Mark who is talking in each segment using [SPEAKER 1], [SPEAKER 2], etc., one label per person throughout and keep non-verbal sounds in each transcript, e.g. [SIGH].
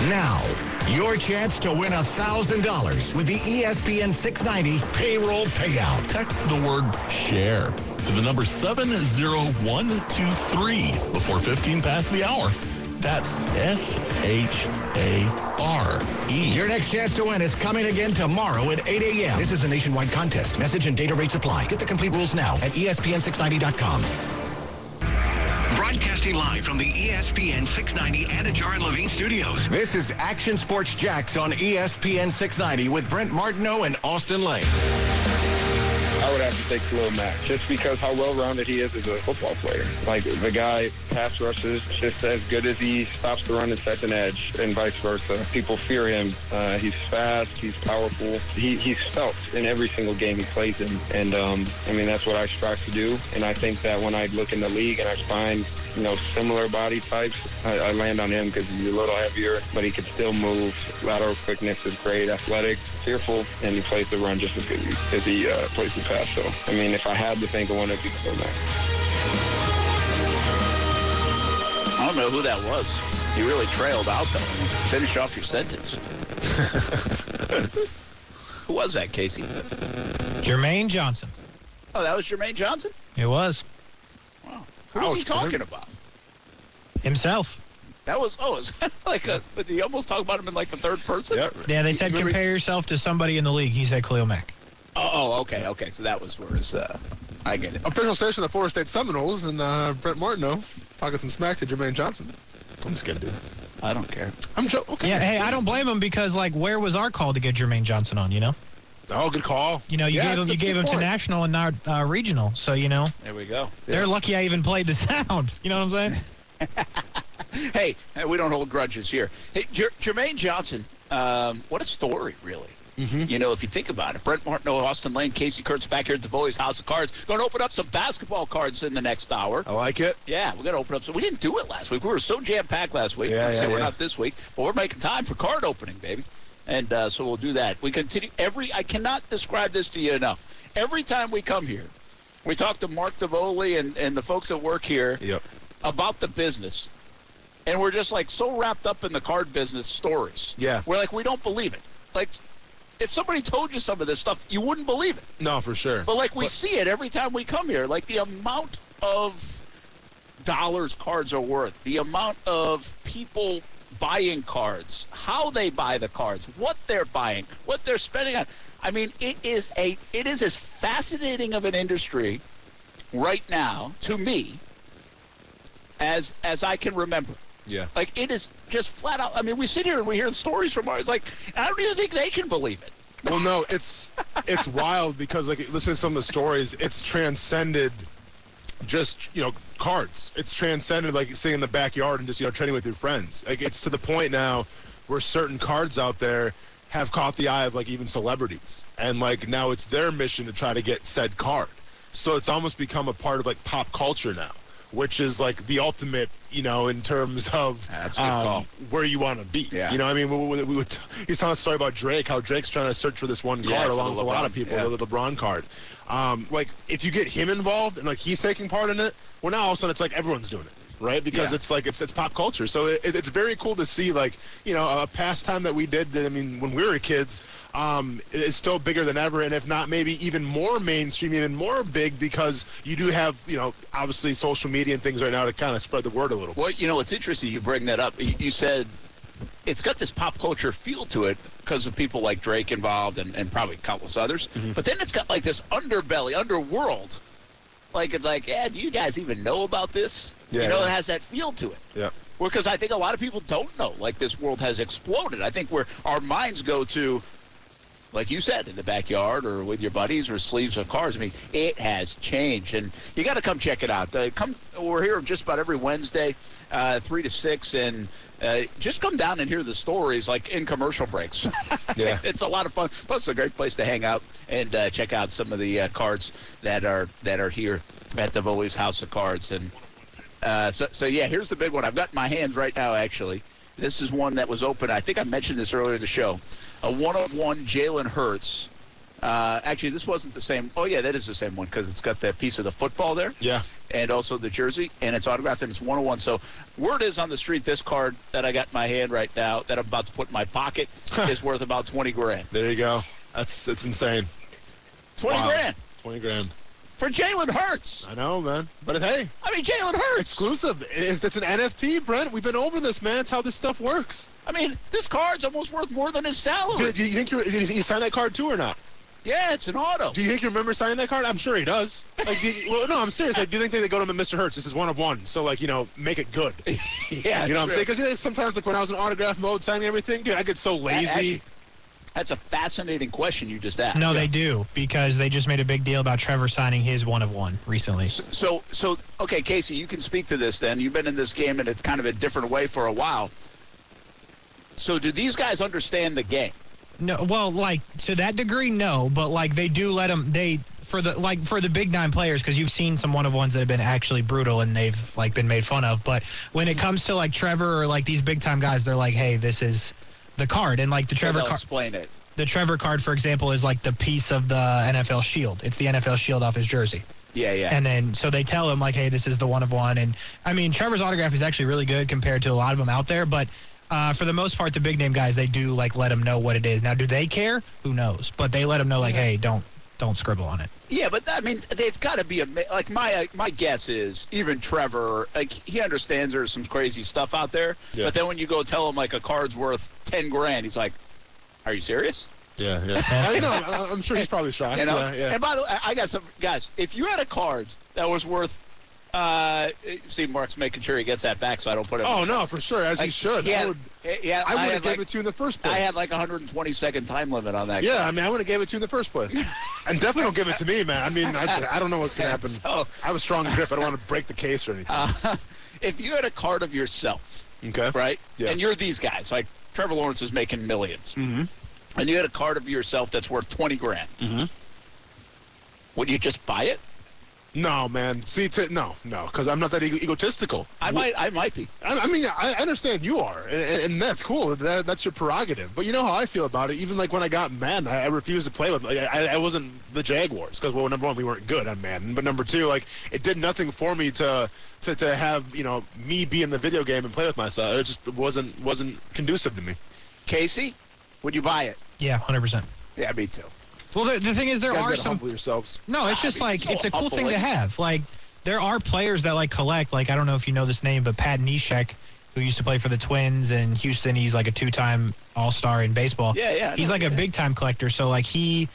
[SPEAKER 1] Now, your chance to win $1,000 with the E ESPN 690 payroll payout.
[SPEAKER 2] Text the word share to the number 70123 before 15 past the hour. That's S-H-A-R-E.
[SPEAKER 1] Your next chance to win is coming again tomorrow at 8 a.m. This is a nationwide contest. Message and data rates apply. Get the complete rules now at E ESPN690.com.
[SPEAKER 3] Broadcasting live from the E ESPN 690 Anajar and Levine Studios.
[SPEAKER 1] This is Action Sports Jacks on E ESPN 690 with Brent Martineau and Austin Lane.
[SPEAKER 4] I would have to take Khalil Mack just because how well-rounded he is as a football player. Like the guy pass rushes just as good as he stops the run and sets an edge, and vice versa. People fear him. Uh, he's fast. He's powerful. He, he's felt in every single game he plays in, and um, I mean that's what I strive to do. And I think that when I look in the league and I find you know similar body types, I, I land on him because he's a little heavier, but he can still move. Lateral quickness is great. Athletic, fearful, and he plays the run just as good as he uh, plays the pass. So, I mean, if I had to think of one, it'd be Khalil Mack.
[SPEAKER 5] I don't know who that was. He really trailed out, though. Finish off your [LAUGHS] sentence. who was that, Casey?
[SPEAKER 6] Jermaine Johnson.
[SPEAKER 5] Oh, that was Jermaine Johnson?
[SPEAKER 6] It was.
[SPEAKER 5] Wow. Who was he talking about?
[SPEAKER 6] Himself.
[SPEAKER 5] That [LAUGHS] was, oh, it's like a, but you almost talk about him in like the third person? Yeah,
[SPEAKER 6] Yeah, they said compare yourself to somebody in the league. He said Khalil Mack.
[SPEAKER 5] Oh, oh, okay, okay. So that was where his, uh, I get it.
[SPEAKER 7] Official station of the Florida State Seminoles and uh, Brent Martineau talking some smack to Jermaine Johnson.
[SPEAKER 5] I'm just going to do it. I don't care.
[SPEAKER 7] I'm jo- okay.
[SPEAKER 6] Yeah, hey, I don't blame him because like, where was our call to get Jermaine Johnson on? You know,
[SPEAKER 7] Oh, good call.
[SPEAKER 6] you know, you
[SPEAKER 7] Yeah,
[SPEAKER 6] gave him,
[SPEAKER 7] that's-
[SPEAKER 6] you
[SPEAKER 7] that's
[SPEAKER 6] gave
[SPEAKER 7] a
[SPEAKER 6] him
[SPEAKER 7] good
[SPEAKER 6] to
[SPEAKER 7] point.
[SPEAKER 6] national and not uh, regional. So you know,
[SPEAKER 5] There we go.
[SPEAKER 6] they're lucky I even played the [LAUGHS] sound. You know what I'm
[SPEAKER 7] [LAUGHS]
[SPEAKER 6] saying?
[SPEAKER 5] Hey, hey, we don't hold grudges here. Hey, Jer- Jermaine Johnson, um, what a story, really.
[SPEAKER 7] Mm-hmm.
[SPEAKER 5] You know, if you think about it, Brent Martineau, Austin Lane, Casey Kurtz back here at the Bullies House of Cards. Going to open up some basketball cards in the next hour.
[SPEAKER 7] I like it.
[SPEAKER 5] Yeah, we're going to open up some. We didn't do it last week. We were so jam packed last week.
[SPEAKER 7] Yeah,
[SPEAKER 5] I'd say
[SPEAKER 7] yeah,
[SPEAKER 5] we're
[SPEAKER 7] yeah.
[SPEAKER 5] not this week, but we're making time for card opening, baby. And uh, so we'll do that. We continue every. I cannot describe this to you enough. Every time we come here, we talk to Mark Davoli and, and the folks that work here
[SPEAKER 7] Yep.
[SPEAKER 5] about the business. And we're just like so wrapped up in the card business stories.
[SPEAKER 7] Yeah.
[SPEAKER 5] We're like, we don't believe it. Like, if somebody told you some of this stuff, you wouldn't believe it.
[SPEAKER 7] No, for sure.
[SPEAKER 5] But like, we see it every time we come here. Like, the amount of dollars cards are worth, the amount of people buying cards, how they buy the cards, what they're buying, what they're spending on. I mean, it is a it is as fascinating of an industry right now to me as as I can remember.
[SPEAKER 7] yeah.
[SPEAKER 5] Like it is just flat out. I mean, we sit here and we hear the stories from ours. Like I don't even think they can believe it.
[SPEAKER 7] Well, no, it's it's wild because like listen to some of the stories, it's transcended just you know cards. It's transcended like sitting in the backyard and just you know trading with your friends. Like it's to the point now where certain cards out there have caught the eye of like even celebrities, and like now it's their mission to try to get said card. So it's almost become a part of like pop culture now, which is like the ultimate you know in terms of um,
[SPEAKER 5] That's a good call.
[SPEAKER 7] where you want to be.
[SPEAKER 5] Yeah.
[SPEAKER 7] You know, I mean, we, we, [LAUGHS] we would, he's telling a story about Drake, how Drake's trying to search for this one
[SPEAKER 5] Yeah,
[SPEAKER 7] card
[SPEAKER 5] for
[SPEAKER 7] along
[SPEAKER 5] the
[SPEAKER 7] with a lot of
[SPEAKER 5] LeBron,
[SPEAKER 7] people,
[SPEAKER 5] yeah.
[SPEAKER 7] the, the LeBron card. Um, like, if you get him involved and like he's taking part in it, well, now all of a sudden it's like everyone's doing it, right? Because
[SPEAKER 5] Yeah.
[SPEAKER 7] it's like it's it's pop culture. So it, it- it's very cool to see like you know a pastime that we did. That, I mean, when we were kids, um, it- it's still bigger than ever, and if not, maybe even more mainstream, even more big because you do have you know obviously social media and things right now to kind of spread the word a little. bit.
[SPEAKER 5] Well, you know, it's interesting you bring that up. You, you said it's got this pop culture feel to it because of people like Drake involved and, and probably countless others.
[SPEAKER 7] Mm-hmm.
[SPEAKER 5] But then it's got like this underbelly, underworld. Like it's like, yeah, do you guys even know about this?
[SPEAKER 7] Yeah,
[SPEAKER 5] you know,
[SPEAKER 7] yeah.
[SPEAKER 5] it has that feel to it.
[SPEAKER 7] Yeah.
[SPEAKER 5] because I think a lot of people don't know. Like this world has exploded. I think where our minds go to, like you said, in the backyard or with your buddies or sleeves of cars. I mean, it has changed, and you got to come check it out. Uh, come, we're here just about every Wednesday, uh, three to six, and uh, just come down and hear the stories, like in commercial breaks. [LAUGHS]
[SPEAKER 7] [LAUGHS] Yeah.
[SPEAKER 5] it's a lot of fun. Plus, it's a great place to hang out and uh, check out some of the uh, cards that are that are here at Davoli's House of Cards. And uh, so, so yeah, here's the big one. I've got in my hands right now. Actually, this is one that was open. I think I mentioned this earlier in the show. A one-on-one Jalen Hurts Uh, actually, this wasn't the same. Oh yeah, that is the same one because it's got that piece of the football there.
[SPEAKER 7] Yeah.
[SPEAKER 5] and also the jersey, and it's autographed and it's 101. So word is on the street this card that I got in my hand right now that I'm about to put in my
[SPEAKER 7] [LAUGHS]
[SPEAKER 5] pocket is worth about 20 grand.
[SPEAKER 7] There you go. That's that's insane.
[SPEAKER 5] 20
[SPEAKER 7] Wow.
[SPEAKER 5] grand
[SPEAKER 7] Twenty grand.
[SPEAKER 5] for Jalen Hurts.
[SPEAKER 7] I know, man. But hey,
[SPEAKER 5] I mean Jalen Hurts.
[SPEAKER 7] exclusive. It's, it's an NFT, Brent. We've been over this, man. It's how this stuff works.
[SPEAKER 5] I mean this card's almost worth more than his salary.
[SPEAKER 7] Do, do you think you're, did he sign that card too or not?
[SPEAKER 5] yeah, it's an auto.
[SPEAKER 7] Do you think you remember signing that card? I'm sure he does. Like, do you- well, no, I'm serious. Like, do you think they go to him and Mr. Hertz? This is one of one. So, like, you know, make it good. You
[SPEAKER 5] yeah,
[SPEAKER 7] know what I'm
[SPEAKER 5] true.
[SPEAKER 7] saying? Because sometimes, like, when I was in autograph mode signing everything, dude, I get so lazy.
[SPEAKER 5] actually- That's a fascinating question you just asked.
[SPEAKER 6] No, they do because they just made a big deal about Trevor signing his one of one recently.
[SPEAKER 5] So, so okay, Casey, you can speak to this. Then you've been in this game in a kind of a different way for a while. So, do these guys understand the game?
[SPEAKER 6] No, well, like to that degree, no, but like they do let them. They for the like for the big nine players because you've seen some one of ones that have been actually brutal and they've like been made fun of. But when it comes to like Trevor or like these big time guys, they're like, hey, this is the card, and like the
[SPEAKER 5] So
[SPEAKER 6] Trevor
[SPEAKER 5] they'll
[SPEAKER 6] card.
[SPEAKER 5] explain it.
[SPEAKER 6] the Trevor card, for example, is like the piece of the NFL shield. It's the NFL shield off his jersey.
[SPEAKER 5] Yeah, yeah.
[SPEAKER 6] And then so they tell him like, hey, this is the one of one. And I mean, Trevor's autograph is actually really good compared to a lot of them out there. But uh, for the most part, the big name guys they do like let him know what it is. Now, do they care? Who knows? But they let him know like, hey, don't don't scribble on it.
[SPEAKER 5] yeah, but I mean, they've got to be ama- like my uh, my guess is even Trevor, like he understands there's some crazy stuff out there.
[SPEAKER 7] Yeah.
[SPEAKER 5] But then when you go tell him like a card's worth ten grand, he's like, "Are you serious?"
[SPEAKER 7] yeah, yeah. I know. I- I'm sure he's probably shy.
[SPEAKER 5] You know?
[SPEAKER 7] Yeah, yeah.
[SPEAKER 5] And by the way, I- I got some guys. If you had a card that was worth, uh, see, Mark's making sure he gets that back, so I don't put it.
[SPEAKER 7] Oh, no, for sure. As he should.
[SPEAKER 5] Yeah,
[SPEAKER 7] I would,
[SPEAKER 5] yeah.
[SPEAKER 7] I would have
[SPEAKER 5] had
[SPEAKER 7] gave
[SPEAKER 5] like,
[SPEAKER 7] it to you in the first place.
[SPEAKER 5] I had like a 120 second time limit on that.
[SPEAKER 7] yeah, I mean, I would have gave it to you in the
[SPEAKER 5] [LAUGHS]
[SPEAKER 7] first place. and definitely don't give it to me, man. I mean, I, I don't know what can happen.
[SPEAKER 5] So-
[SPEAKER 7] I have a strong grip. I don't want to break the case or
[SPEAKER 5] Uh,
[SPEAKER 7] anything.
[SPEAKER 5] If you had a card of yourself,
[SPEAKER 7] okay.
[SPEAKER 5] right?
[SPEAKER 7] Yeah.
[SPEAKER 5] And you're these guys. Like Trevor Lawrence is making 1000000s Mm-hmm. And you had a card of yourself that's worth 20 grand. Mm-hmm. Would you just buy it?
[SPEAKER 7] No, man. See, t- no, no, because I'm not that ego- egotistical.
[SPEAKER 5] I might. I might be.
[SPEAKER 7] I, I mean, I I understand you are, and, and- and that's cool. That, that's your prerogative. But you know how I feel about it. Even like when I got Madden, I, I refused to play with. Like, I, I wasn't the Jaguars because well, number one, we weren't good on Madden, but number two, like it did nothing for me to to, to have you know me be in the video game and play with myself. It just wasn't wasn't conducive to me.
[SPEAKER 5] Casey, would you buy it?
[SPEAKER 6] Yeah, hundred percent.
[SPEAKER 5] Yeah, me too.
[SPEAKER 6] Well, the, the thing is, there
[SPEAKER 7] You guys
[SPEAKER 6] are
[SPEAKER 7] gotta
[SPEAKER 6] some
[SPEAKER 7] humble yourselves.
[SPEAKER 6] No, it's just
[SPEAKER 5] I mean,
[SPEAKER 6] like
[SPEAKER 5] it's
[SPEAKER 6] it's
[SPEAKER 5] so
[SPEAKER 6] a cool thing to
[SPEAKER 5] humbling.
[SPEAKER 6] have. Like there are players that like collect. Like I don't know if you know this name, but Pat Neshek, who used to play for the Twins in Houston, he's like a two-time All-Star in baseball.
[SPEAKER 5] Yeah, yeah, I
[SPEAKER 6] He's
[SPEAKER 5] know,
[SPEAKER 6] like a
[SPEAKER 5] yeah.
[SPEAKER 6] big-time collector. So like he.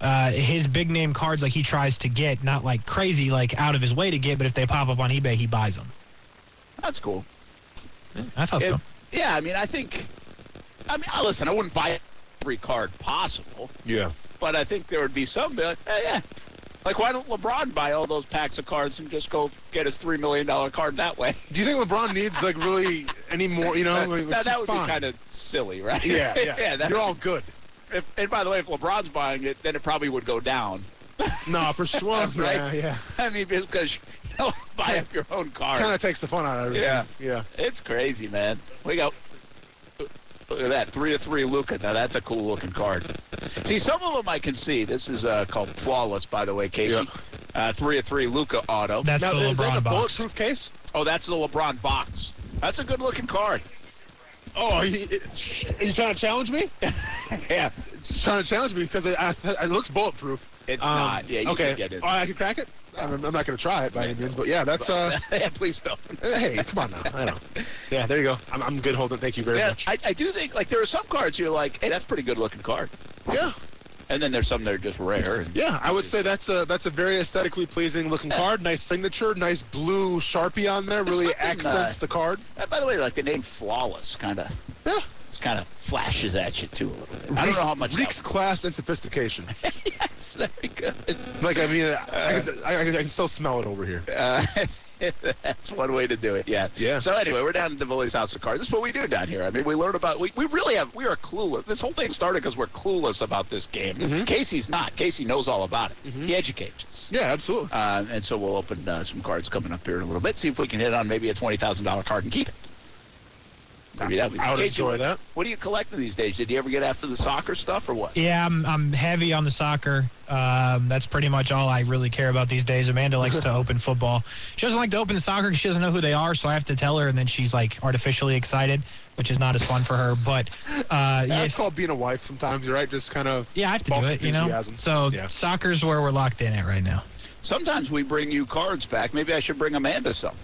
[SPEAKER 6] Uh, his big name cards, like he tries to get, not like crazy, like out of his way to get, but if they pop up on eBay, he buys them.
[SPEAKER 5] That's cool.
[SPEAKER 6] I thought
[SPEAKER 5] It-
[SPEAKER 6] so.
[SPEAKER 5] yeah, I mean, I think. I mean, I- listen, I wouldn't buy every card possible,
[SPEAKER 7] Yeah.
[SPEAKER 5] but I think there would be some. Be like, eh, yeah, like why don't LeBron buy all those packs of cards and just go get his three million dollar card that way?
[SPEAKER 7] Do you think LeBron needs like really any more? You know,
[SPEAKER 5] [LAUGHS]
[SPEAKER 7] like,
[SPEAKER 5] now,
[SPEAKER 7] he's
[SPEAKER 5] that would
[SPEAKER 7] fine.
[SPEAKER 5] be kind of silly, right?
[SPEAKER 7] [LAUGHS] Yeah, yeah.
[SPEAKER 5] [LAUGHS] yeah. That,
[SPEAKER 7] You're all good.
[SPEAKER 5] if, and by the way, if LeBron's buying it, then it probably would go down. [LAUGHS]
[SPEAKER 7] No, for sure.
[SPEAKER 5] Right.
[SPEAKER 7] Yeah, yeah.
[SPEAKER 5] I mean, because you don't [LAUGHS] buy up your own card.
[SPEAKER 7] Kind of takes the fun out of everything.
[SPEAKER 5] Yeah.
[SPEAKER 7] Yeah.
[SPEAKER 5] It's crazy, man. We got look at that three to three Luca. Now that's a cool looking card. See, some of them I can see. This is uh, called flawless, by the way, Casey.
[SPEAKER 7] Yeah.
[SPEAKER 5] Uh, three to three Luca auto.
[SPEAKER 6] That's
[SPEAKER 7] now,
[SPEAKER 6] the
[SPEAKER 7] is that
[SPEAKER 6] LeBron
[SPEAKER 7] the
[SPEAKER 6] box.
[SPEAKER 7] bulletproof case?
[SPEAKER 5] oh, that's the LeBron box. That's a good looking card.
[SPEAKER 7] Oh, he, sh- are you trying to
[SPEAKER 5] [LAUGHS]
[SPEAKER 7] challenge me?
[SPEAKER 5] Yeah,
[SPEAKER 7] He's trying to challenge me because it, I, it looks bulletproof.
[SPEAKER 5] It's
[SPEAKER 7] Um,
[SPEAKER 5] not. Yeah, you
[SPEAKER 7] okay.
[SPEAKER 5] can
[SPEAKER 7] Uh,
[SPEAKER 5] get it.
[SPEAKER 7] All right, I can crack it. I'm, I'm not going to try it by any means, but yeah, that's. uh
[SPEAKER 5] [LAUGHS] [LAUGHS] yeah, please don't.
[SPEAKER 7] Hey, come on now. I know. Yeah, there you go. I'm, I'm good holding. it. Thank you very
[SPEAKER 5] Yeah,
[SPEAKER 7] much.
[SPEAKER 5] I, I do think like there are some cards you're like, hey, that's a pretty good looking card,
[SPEAKER 7] yeah,
[SPEAKER 5] and then there's some that are just rare. And,
[SPEAKER 7] yeah. I would say that's a that's a very aesthetically pleasing looking card. Nice signature. Nice blue sharpie on there. Really
[SPEAKER 5] Something, uh,
[SPEAKER 7] accents the card.
[SPEAKER 5] Uh, by the way, like the name flawless kind of
[SPEAKER 7] Yeah.
[SPEAKER 5] it's kind of flashes at you too a little bit. I don't know how much. that
[SPEAKER 7] Reeks class
[SPEAKER 5] [LAUGHS]
[SPEAKER 7] and sophistication.
[SPEAKER 5] That's very good.
[SPEAKER 7] like I mean, I, I, can, I, I can still smell it over here.
[SPEAKER 5] Uh, [LAUGHS] that's one way to do it. Yeah.
[SPEAKER 7] Yeah.
[SPEAKER 5] So anyway, we're down at Davoli's House of Cards. This is what we do down here. I mean, we learn about. We, we really have. We are clueless. This whole thing started because we're clueless about this game.
[SPEAKER 7] Mm-hmm.
[SPEAKER 5] Casey's not. Casey knows all about it. He educates us.
[SPEAKER 7] Yeah, absolutely.
[SPEAKER 5] Uh, and so we'll open uh, some cards coming up here in a little bit. See if we can hit on maybe a twenty thousand dollar card and keep it. Maybe that would
[SPEAKER 7] I would
[SPEAKER 5] Casey,
[SPEAKER 7] enjoy
[SPEAKER 5] what-
[SPEAKER 7] that.
[SPEAKER 5] What are you collecting these days? Did you ever get after the soccer stuff or what?
[SPEAKER 6] Yeah, I'm I'm heavy on the soccer. Um, that's pretty much all I really care about these days. Amanda likes
[SPEAKER 7] [LAUGHS]
[SPEAKER 6] to open football. She doesn't like to open the soccer 'cause she doesn't know who they are, so I have to tell her, and then she's like artificially excited, which is not as fun for her. But uh,
[SPEAKER 7] That's
[SPEAKER 6] yes,
[SPEAKER 7] called being a wife sometimes, right? Just kind of.
[SPEAKER 6] yeah, I have to
[SPEAKER 7] false
[SPEAKER 6] do it. You know,
[SPEAKER 7] enthusiasm.
[SPEAKER 6] so
[SPEAKER 7] Yeah.
[SPEAKER 6] soccer's where we're locked in at right now.
[SPEAKER 5] Sometimes we bring you cards back. Maybe I should bring Amanda some.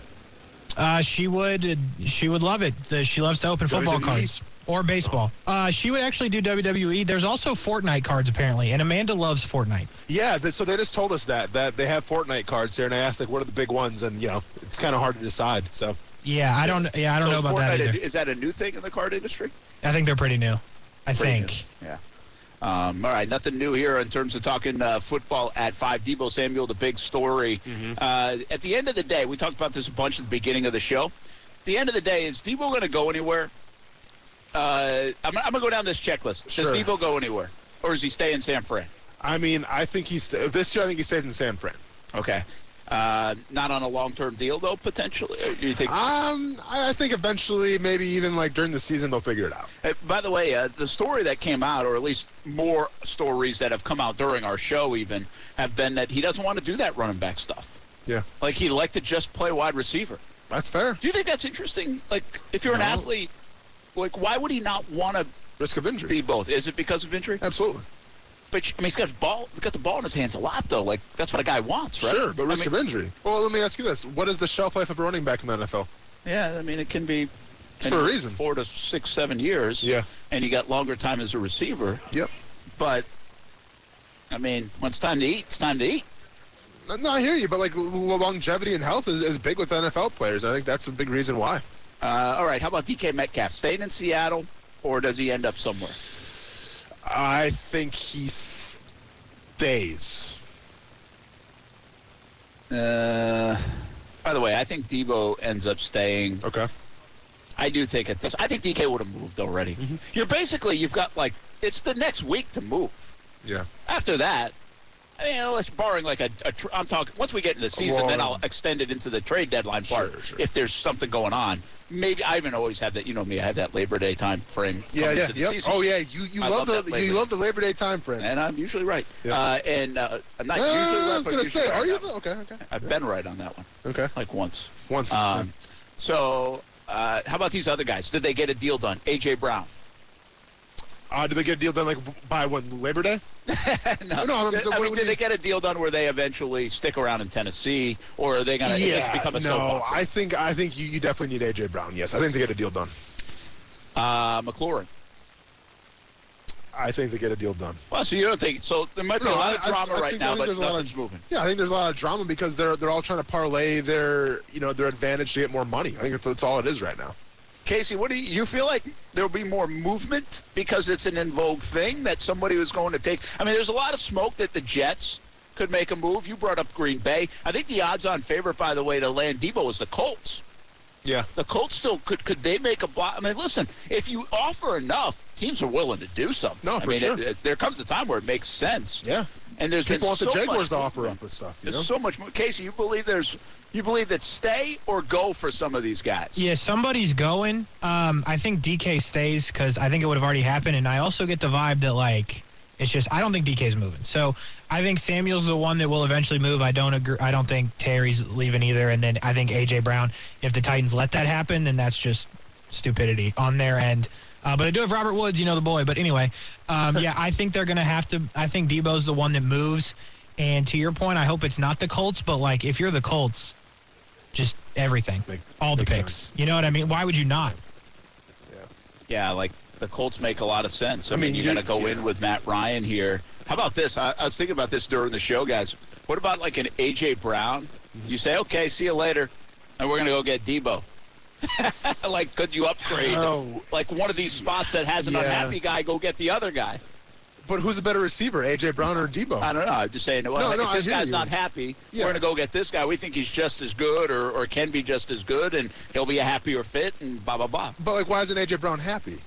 [SPEAKER 6] Uh, she would she would love it. Uh, She loves to open football
[SPEAKER 7] WWE?
[SPEAKER 5] E?
[SPEAKER 6] cards or baseball.
[SPEAKER 5] Oh.
[SPEAKER 6] Uh, she would actually do WWE. There's also Fortnite cards apparently, and Amanda loves Fortnite.
[SPEAKER 7] Yeah, th- so they just told us that that they have Fortnite cards here, and I asked like, what are the big ones? And you know, it's kind of hard to decide. So
[SPEAKER 6] Yeah, I don't. Yeah, I don't
[SPEAKER 5] So
[SPEAKER 6] know
[SPEAKER 5] is
[SPEAKER 6] about that
[SPEAKER 5] Fortnite a-
[SPEAKER 6] either.
[SPEAKER 5] Is that a new thing in the card industry?
[SPEAKER 6] I think they're pretty new. I
[SPEAKER 5] Pretty
[SPEAKER 6] think.
[SPEAKER 5] new. Yeah. Um, all right, nothing new here in terms of talking uh, football at five. Debo Samuel, the big story.
[SPEAKER 7] Mm-hmm.
[SPEAKER 5] Uh, at the end of the day, we talked about this a bunch at the beginning of the show. At the end of the day, is Debo going to go anywhere? Uh, I'm, I'm going to go down this checklist.
[SPEAKER 7] Sure.
[SPEAKER 5] Does Debo go anywhere, or is he stay in San Fran?
[SPEAKER 7] I mean, I think he's this year. I think he stays in San Fran.
[SPEAKER 5] Okay. Uh, not on a long-term deal though, potentially. Or do you think?
[SPEAKER 7] Um, I, I think eventually, maybe even like during the season, they'll figure it out.
[SPEAKER 5] Uh, By the way, uh, the story that came out, or at least more stories that have come out during our show, even have been that he doesn't want to do that running back stuff.
[SPEAKER 7] Yeah,
[SPEAKER 5] Like he'd like to just play wide receiver.
[SPEAKER 7] that's fair.
[SPEAKER 5] Do you think that's interesting? Like if you're an
[SPEAKER 7] No.
[SPEAKER 5] athlete, like why would he not want to
[SPEAKER 7] Risk of
[SPEAKER 5] be
[SPEAKER 7] injury.
[SPEAKER 5] both? Is it because of injury?
[SPEAKER 7] Absolutely.
[SPEAKER 5] But I mean, he's got his ball, he's got the ball in his hands a lot though. Like that's what a guy wants, right?
[SPEAKER 7] Sure, but risk
[SPEAKER 5] I mean,
[SPEAKER 7] of injury. Well, let me ask you this: What is the shelf life of a running back in the NFL?
[SPEAKER 5] Yeah, I mean it can be
[SPEAKER 7] It's for a reason.
[SPEAKER 5] four to six, seven years.
[SPEAKER 7] Yeah.
[SPEAKER 5] and you got longer time as a receiver.
[SPEAKER 7] Yep.
[SPEAKER 5] But I mean, when it's time to eat, it's time to eat.
[SPEAKER 7] No, No, I hear you, but like l- longevity and health is, is big with NFL players. and I think that's a big reason why.
[SPEAKER 5] Uh, all right, how about DK Metcalf? Staying in Seattle, or does he end up somewhere?
[SPEAKER 7] I think he stays.
[SPEAKER 5] Uh, by the way, I think Debo ends up staying.
[SPEAKER 7] Okay.
[SPEAKER 5] I do think at this, I think DK would have moved already.
[SPEAKER 7] Mm-hmm.
[SPEAKER 5] You're basically, you've got like, it's the next week to move.
[SPEAKER 7] Yeah.
[SPEAKER 5] After that, I mean, unless barring like a, a tr- I'm talking, once we get into the season, then
[SPEAKER 7] long-
[SPEAKER 5] I'll extend it into the trade deadline part
[SPEAKER 7] Sure, sure.
[SPEAKER 5] if there's something going on. Maybe I even always have that, you know me, I have that Labor Day time frame.
[SPEAKER 7] Yeah,
[SPEAKER 5] coming
[SPEAKER 7] yeah,
[SPEAKER 5] into the
[SPEAKER 7] yep.
[SPEAKER 5] season.
[SPEAKER 7] Oh yeah, you you
[SPEAKER 5] I love
[SPEAKER 7] love,
[SPEAKER 5] that
[SPEAKER 7] the
[SPEAKER 5] Labor
[SPEAKER 7] you
[SPEAKER 5] Day.
[SPEAKER 7] love the Labor Day time frame.
[SPEAKER 5] And I'm usually right.
[SPEAKER 7] Yeah.
[SPEAKER 5] Uh, and uh, I'm not
[SPEAKER 7] Uh,
[SPEAKER 5] usually right.
[SPEAKER 7] I was
[SPEAKER 5] but
[SPEAKER 7] gonna
[SPEAKER 5] usually
[SPEAKER 7] say,
[SPEAKER 5] right
[SPEAKER 7] are
[SPEAKER 5] on
[SPEAKER 7] you?
[SPEAKER 5] that
[SPEAKER 7] The,
[SPEAKER 5] one.
[SPEAKER 7] okay, okay,
[SPEAKER 5] I've been right on that one,
[SPEAKER 7] okay.
[SPEAKER 5] like once. [LAUGHS]
[SPEAKER 7] Once.
[SPEAKER 5] Um, so, uh, how about these other guys? Did they get a deal done? AJ Brown. [LAUGHS]
[SPEAKER 7] uh, did they get a deal done like by when Labor Day? No, I'm-
[SPEAKER 5] Did-
[SPEAKER 7] so
[SPEAKER 5] I mean,
[SPEAKER 7] what would
[SPEAKER 5] did
[SPEAKER 7] you-
[SPEAKER 5] they get a deal done where they eventually stick around in Tennessee, or are they going to just become a soap
[SPEAKER 7] no,
[SPEAKER 5] opera?
[SPEAKER 7] I think I think you, you definitely need AJ Brown. Yes, I think they get a deal done.
[SPEAKER 5] Uh, McLaurin.
[SPEAKER 7] I think they get a deal done.
[SPEAKER 5] Well, so you don't think so? There might be
[SPEAKER 7] No,
[SPEAKER 5] a lot
[SPEAKER 7] I-
[SPEAKER 5] of
[SPEAKER 7] I-
[SPEAKER 5] drama
[SPEAKER 7] I
[SPEAKER 5] right
[SPEAKER 7] think-
[SPEAKER 5] now,
[SPEAKER 7] I think
[SPEAKER 5] but
[SPEAKER 7] there's a lot of-
[SPEAKER 5] nothing's moving.
[SPEAKER 7] Yeah, I think there's a lot of drama because they're they're all trying to parlay their you know their advantage to get more money. I think that's, that's all it is right now.
[SPEAKER 5] Casey, what do you, you feel like? There'll be more movement because it's an in vogue thing that somebody was going to take. I mean, there's a lot of smoke that the Jets could make a move. You brought up Green Bay. I think the odds-on favorite, by the way, to land Debo is the Colts.
[SPEAKER 7] Yeah.
[SPEAKER 5] The Colts still could could they make a block? I mean, listen, if you offer enough, teams are willing to do something.
[SPEAKER 7] No,
[SPEAKER 5] I
[SPEAKER 7] for
[SPEAKER 5] mean,
[SPEAKER 7] sure.
[SPEAKER 5] it, it- there comes a time where it makes sense.
[SPEAKER 7] Yeah.
[SPEAKER 5] And there's been
[SPEAKER 7] People want the
[SPEAKER 5] so
[SPEAKER 7] Jaguars
[SPEAKER 5] much
[SPEAKER 7] to offer
[SPEAKER 5] movement.
[SPEAKER 7] up and stuff. You
[SPEAKER 5] There's
[SPEAKER 7] know?
[SPEAKER 5] so much. mo- Casey, you believe there's you believe that stay or go for some of these guys?
[SPEAKER 6] Yeah, somebody's going. Um, I think DK stays because I think it would have already happened, and I also get the vibe that like it's just I don't think DK's moving. So I think Samuel's the one that will eventually move. I don't agree. I don't think Terry's leaving either, and then I think AJ Brown. If the Titans let that happen, then that's just stupidity on their end. Uh, but they do have Robert Woods, you know the boy. But anyway, um, yeah, I think they're gonna have to. I think Debo's the one that moves. And to your point, I hope it's not the Colts, but like if you're the Colts, just everything,
[SPEAKER 7] Make-
[SPEAKER 6] all the
[SPEAKER 7] makes
[SPEAKER 6] picks.
[SPEAKER 7] sense.
[SPEAKER 6] You know what I mean? Why would you not?
[SPEAKER 5] Yeah, like the Colts make a lot of sense. I,
[SPEAKER 7] I
[SPEAKER 5] mean,
[SPEAKER 7] mean,
[SPEAKER 5] you're
[SPEAKER 7] you-
[SPEAKER 5] going to go
[SPEAKER 7] yeah.
[SPEAKER 5] in with Matt Ryan here. How about this? I, I was thinking about this during the show, guys. What about like an AJ Brown?
[SPEAKER 7] Mm-hmm.
[SPEAKER 5] You say, okay, see you later, and we're going to go get Debo. [LAUGHS] like, could you upgrade?
[SPEAKER 7] Oh.
[SPEAKER 5] Like one of these spots that has an
[SPEAKER 7] Yeah.
[SPEAKER 5] unhappy guy, go get the other guy.
[SPEAKER 7] But who's a better receiver, AJ Brown or Debo?
[SPEAKER 5] I don't know. I'm just saying. Well,
[SPEAKER 7] No, no,
[SPEAKER 5] if
[SPEAKER 7] I
[SPEAKER 5] this
[SPEAKER 7] hear
[SPEAKER 5] guy's
[SPEAKER 7] you.
[SPEAKER 5] not happy,
[SPEAKER 7] Yeah.
[SPEAKER 5] we're going to go get this guy. We think he's just as good, or, or can be just as good, and he'll be a happier fit, and blah blah blah.
[SPEAKER 7] But like, why isn't AJ Brown happy?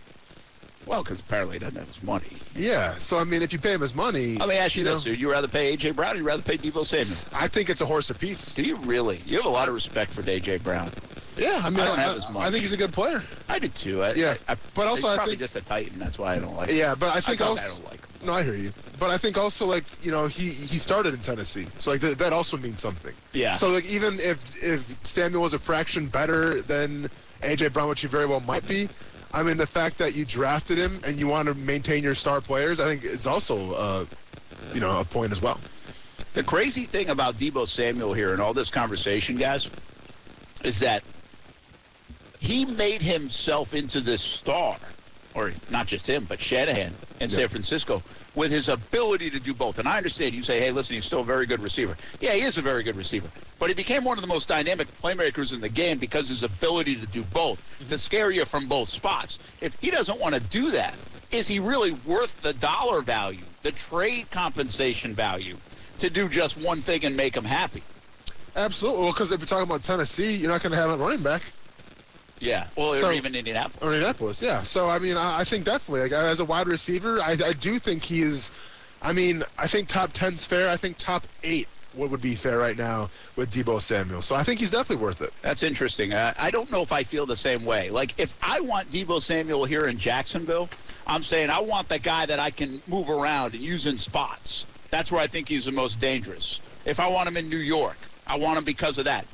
[SPEAKER 5] Well, because apparently he doesn't have his money.
[SPEAKER 7] Yeah. So I mean, if you pay him his money,
[SPEAKER 5] Let me ask you
[SPEAKER 7] know,
[SPEAKER 5] this, dude. You rather pay A.J. Brown or you rather pay Debo Samuel?
[SPEAKER 7] I think it's a horse apiece.
[SPEAKER 5] Do you really? You have a lot of respect for A.J. Brown.
[SPEAKER 7] Yeah, I mean,
[SPEAKER 5] I don't
[SPEAKER 7] I,
[SPEAKER 5] have as much.
[SPEAKER 7] I think he's a good player.
[SPEAKER 5] I did too. I,
[SPEAKER 7] Yeah,
[SPEAKER 5] I, I,
[SPEAKER 7] but also
[SPEAKER 5] he's
[SPEAKER 7] I
[SPEAKER 5] probably
[SPEAKER 7] think-
[SPEAKER 5] just a Titan. That's why I don't like. him.
[SPEAKER 7] Yeah, but I think
[SPEAKER 5] I, thought
[SPEAKER 7] also.
[SPEAKER 5] I don't like. him.
[SPEAKER 7] No, I hear you. But I think also like you know he he started in Tennessee, so like th- that also means something.
[SPEAKER 5] Yeah.
[SPEAKER 7] So like even if if Samuel was a fraction better than AJ Brown, which he very well might be, I mean the fact that you drafted him and you want to maintain your star players, I think is also uh, you know a point as well.
[SPEAKER 5] The crazy thing about Debo Samuel here and all this conversation, guys, is that he made himself into this star, or not just him, but Shanahan in San Francisco with his ability to do both. And I understand you say, hey, listen, he's still a very good receiver. Yeah, he is a very good receiver. But he became one of the most dynamic playmakers in the game because his ability to do both, to scare you from both spots. If he doesn't want to do that, is he really worth the dollar value, the trade compensation value, to do just one thing and make him happy?
[SPEAKER 7] Absolutely. Well, because if you're talking about Tennessee, you're not going to have a running back.
[SPEAKER 5] Yeah. Well,
[SPEAKER 7] So-
[SPEAKER 5] or even Indianapolis.
[SPEAKER 7] Or Indianapolis, yeah. So I mean, I, I think definitely like, as a wide receiver, I, I do think he is. I mean, I think top ten's fair. I think top eight what would be fair right now with Debo Samuel. So I think he's definitely worth it.
[SPEAKER 5] That's interesting. Uh, I don't know if I feel the same way. Like, if I want Debo Samuel here in Jacksonville, I'm saying I want the guy that I can move around and use in spots. That's where I think he's the most dangerous. If I want him in New York, I want him because of that.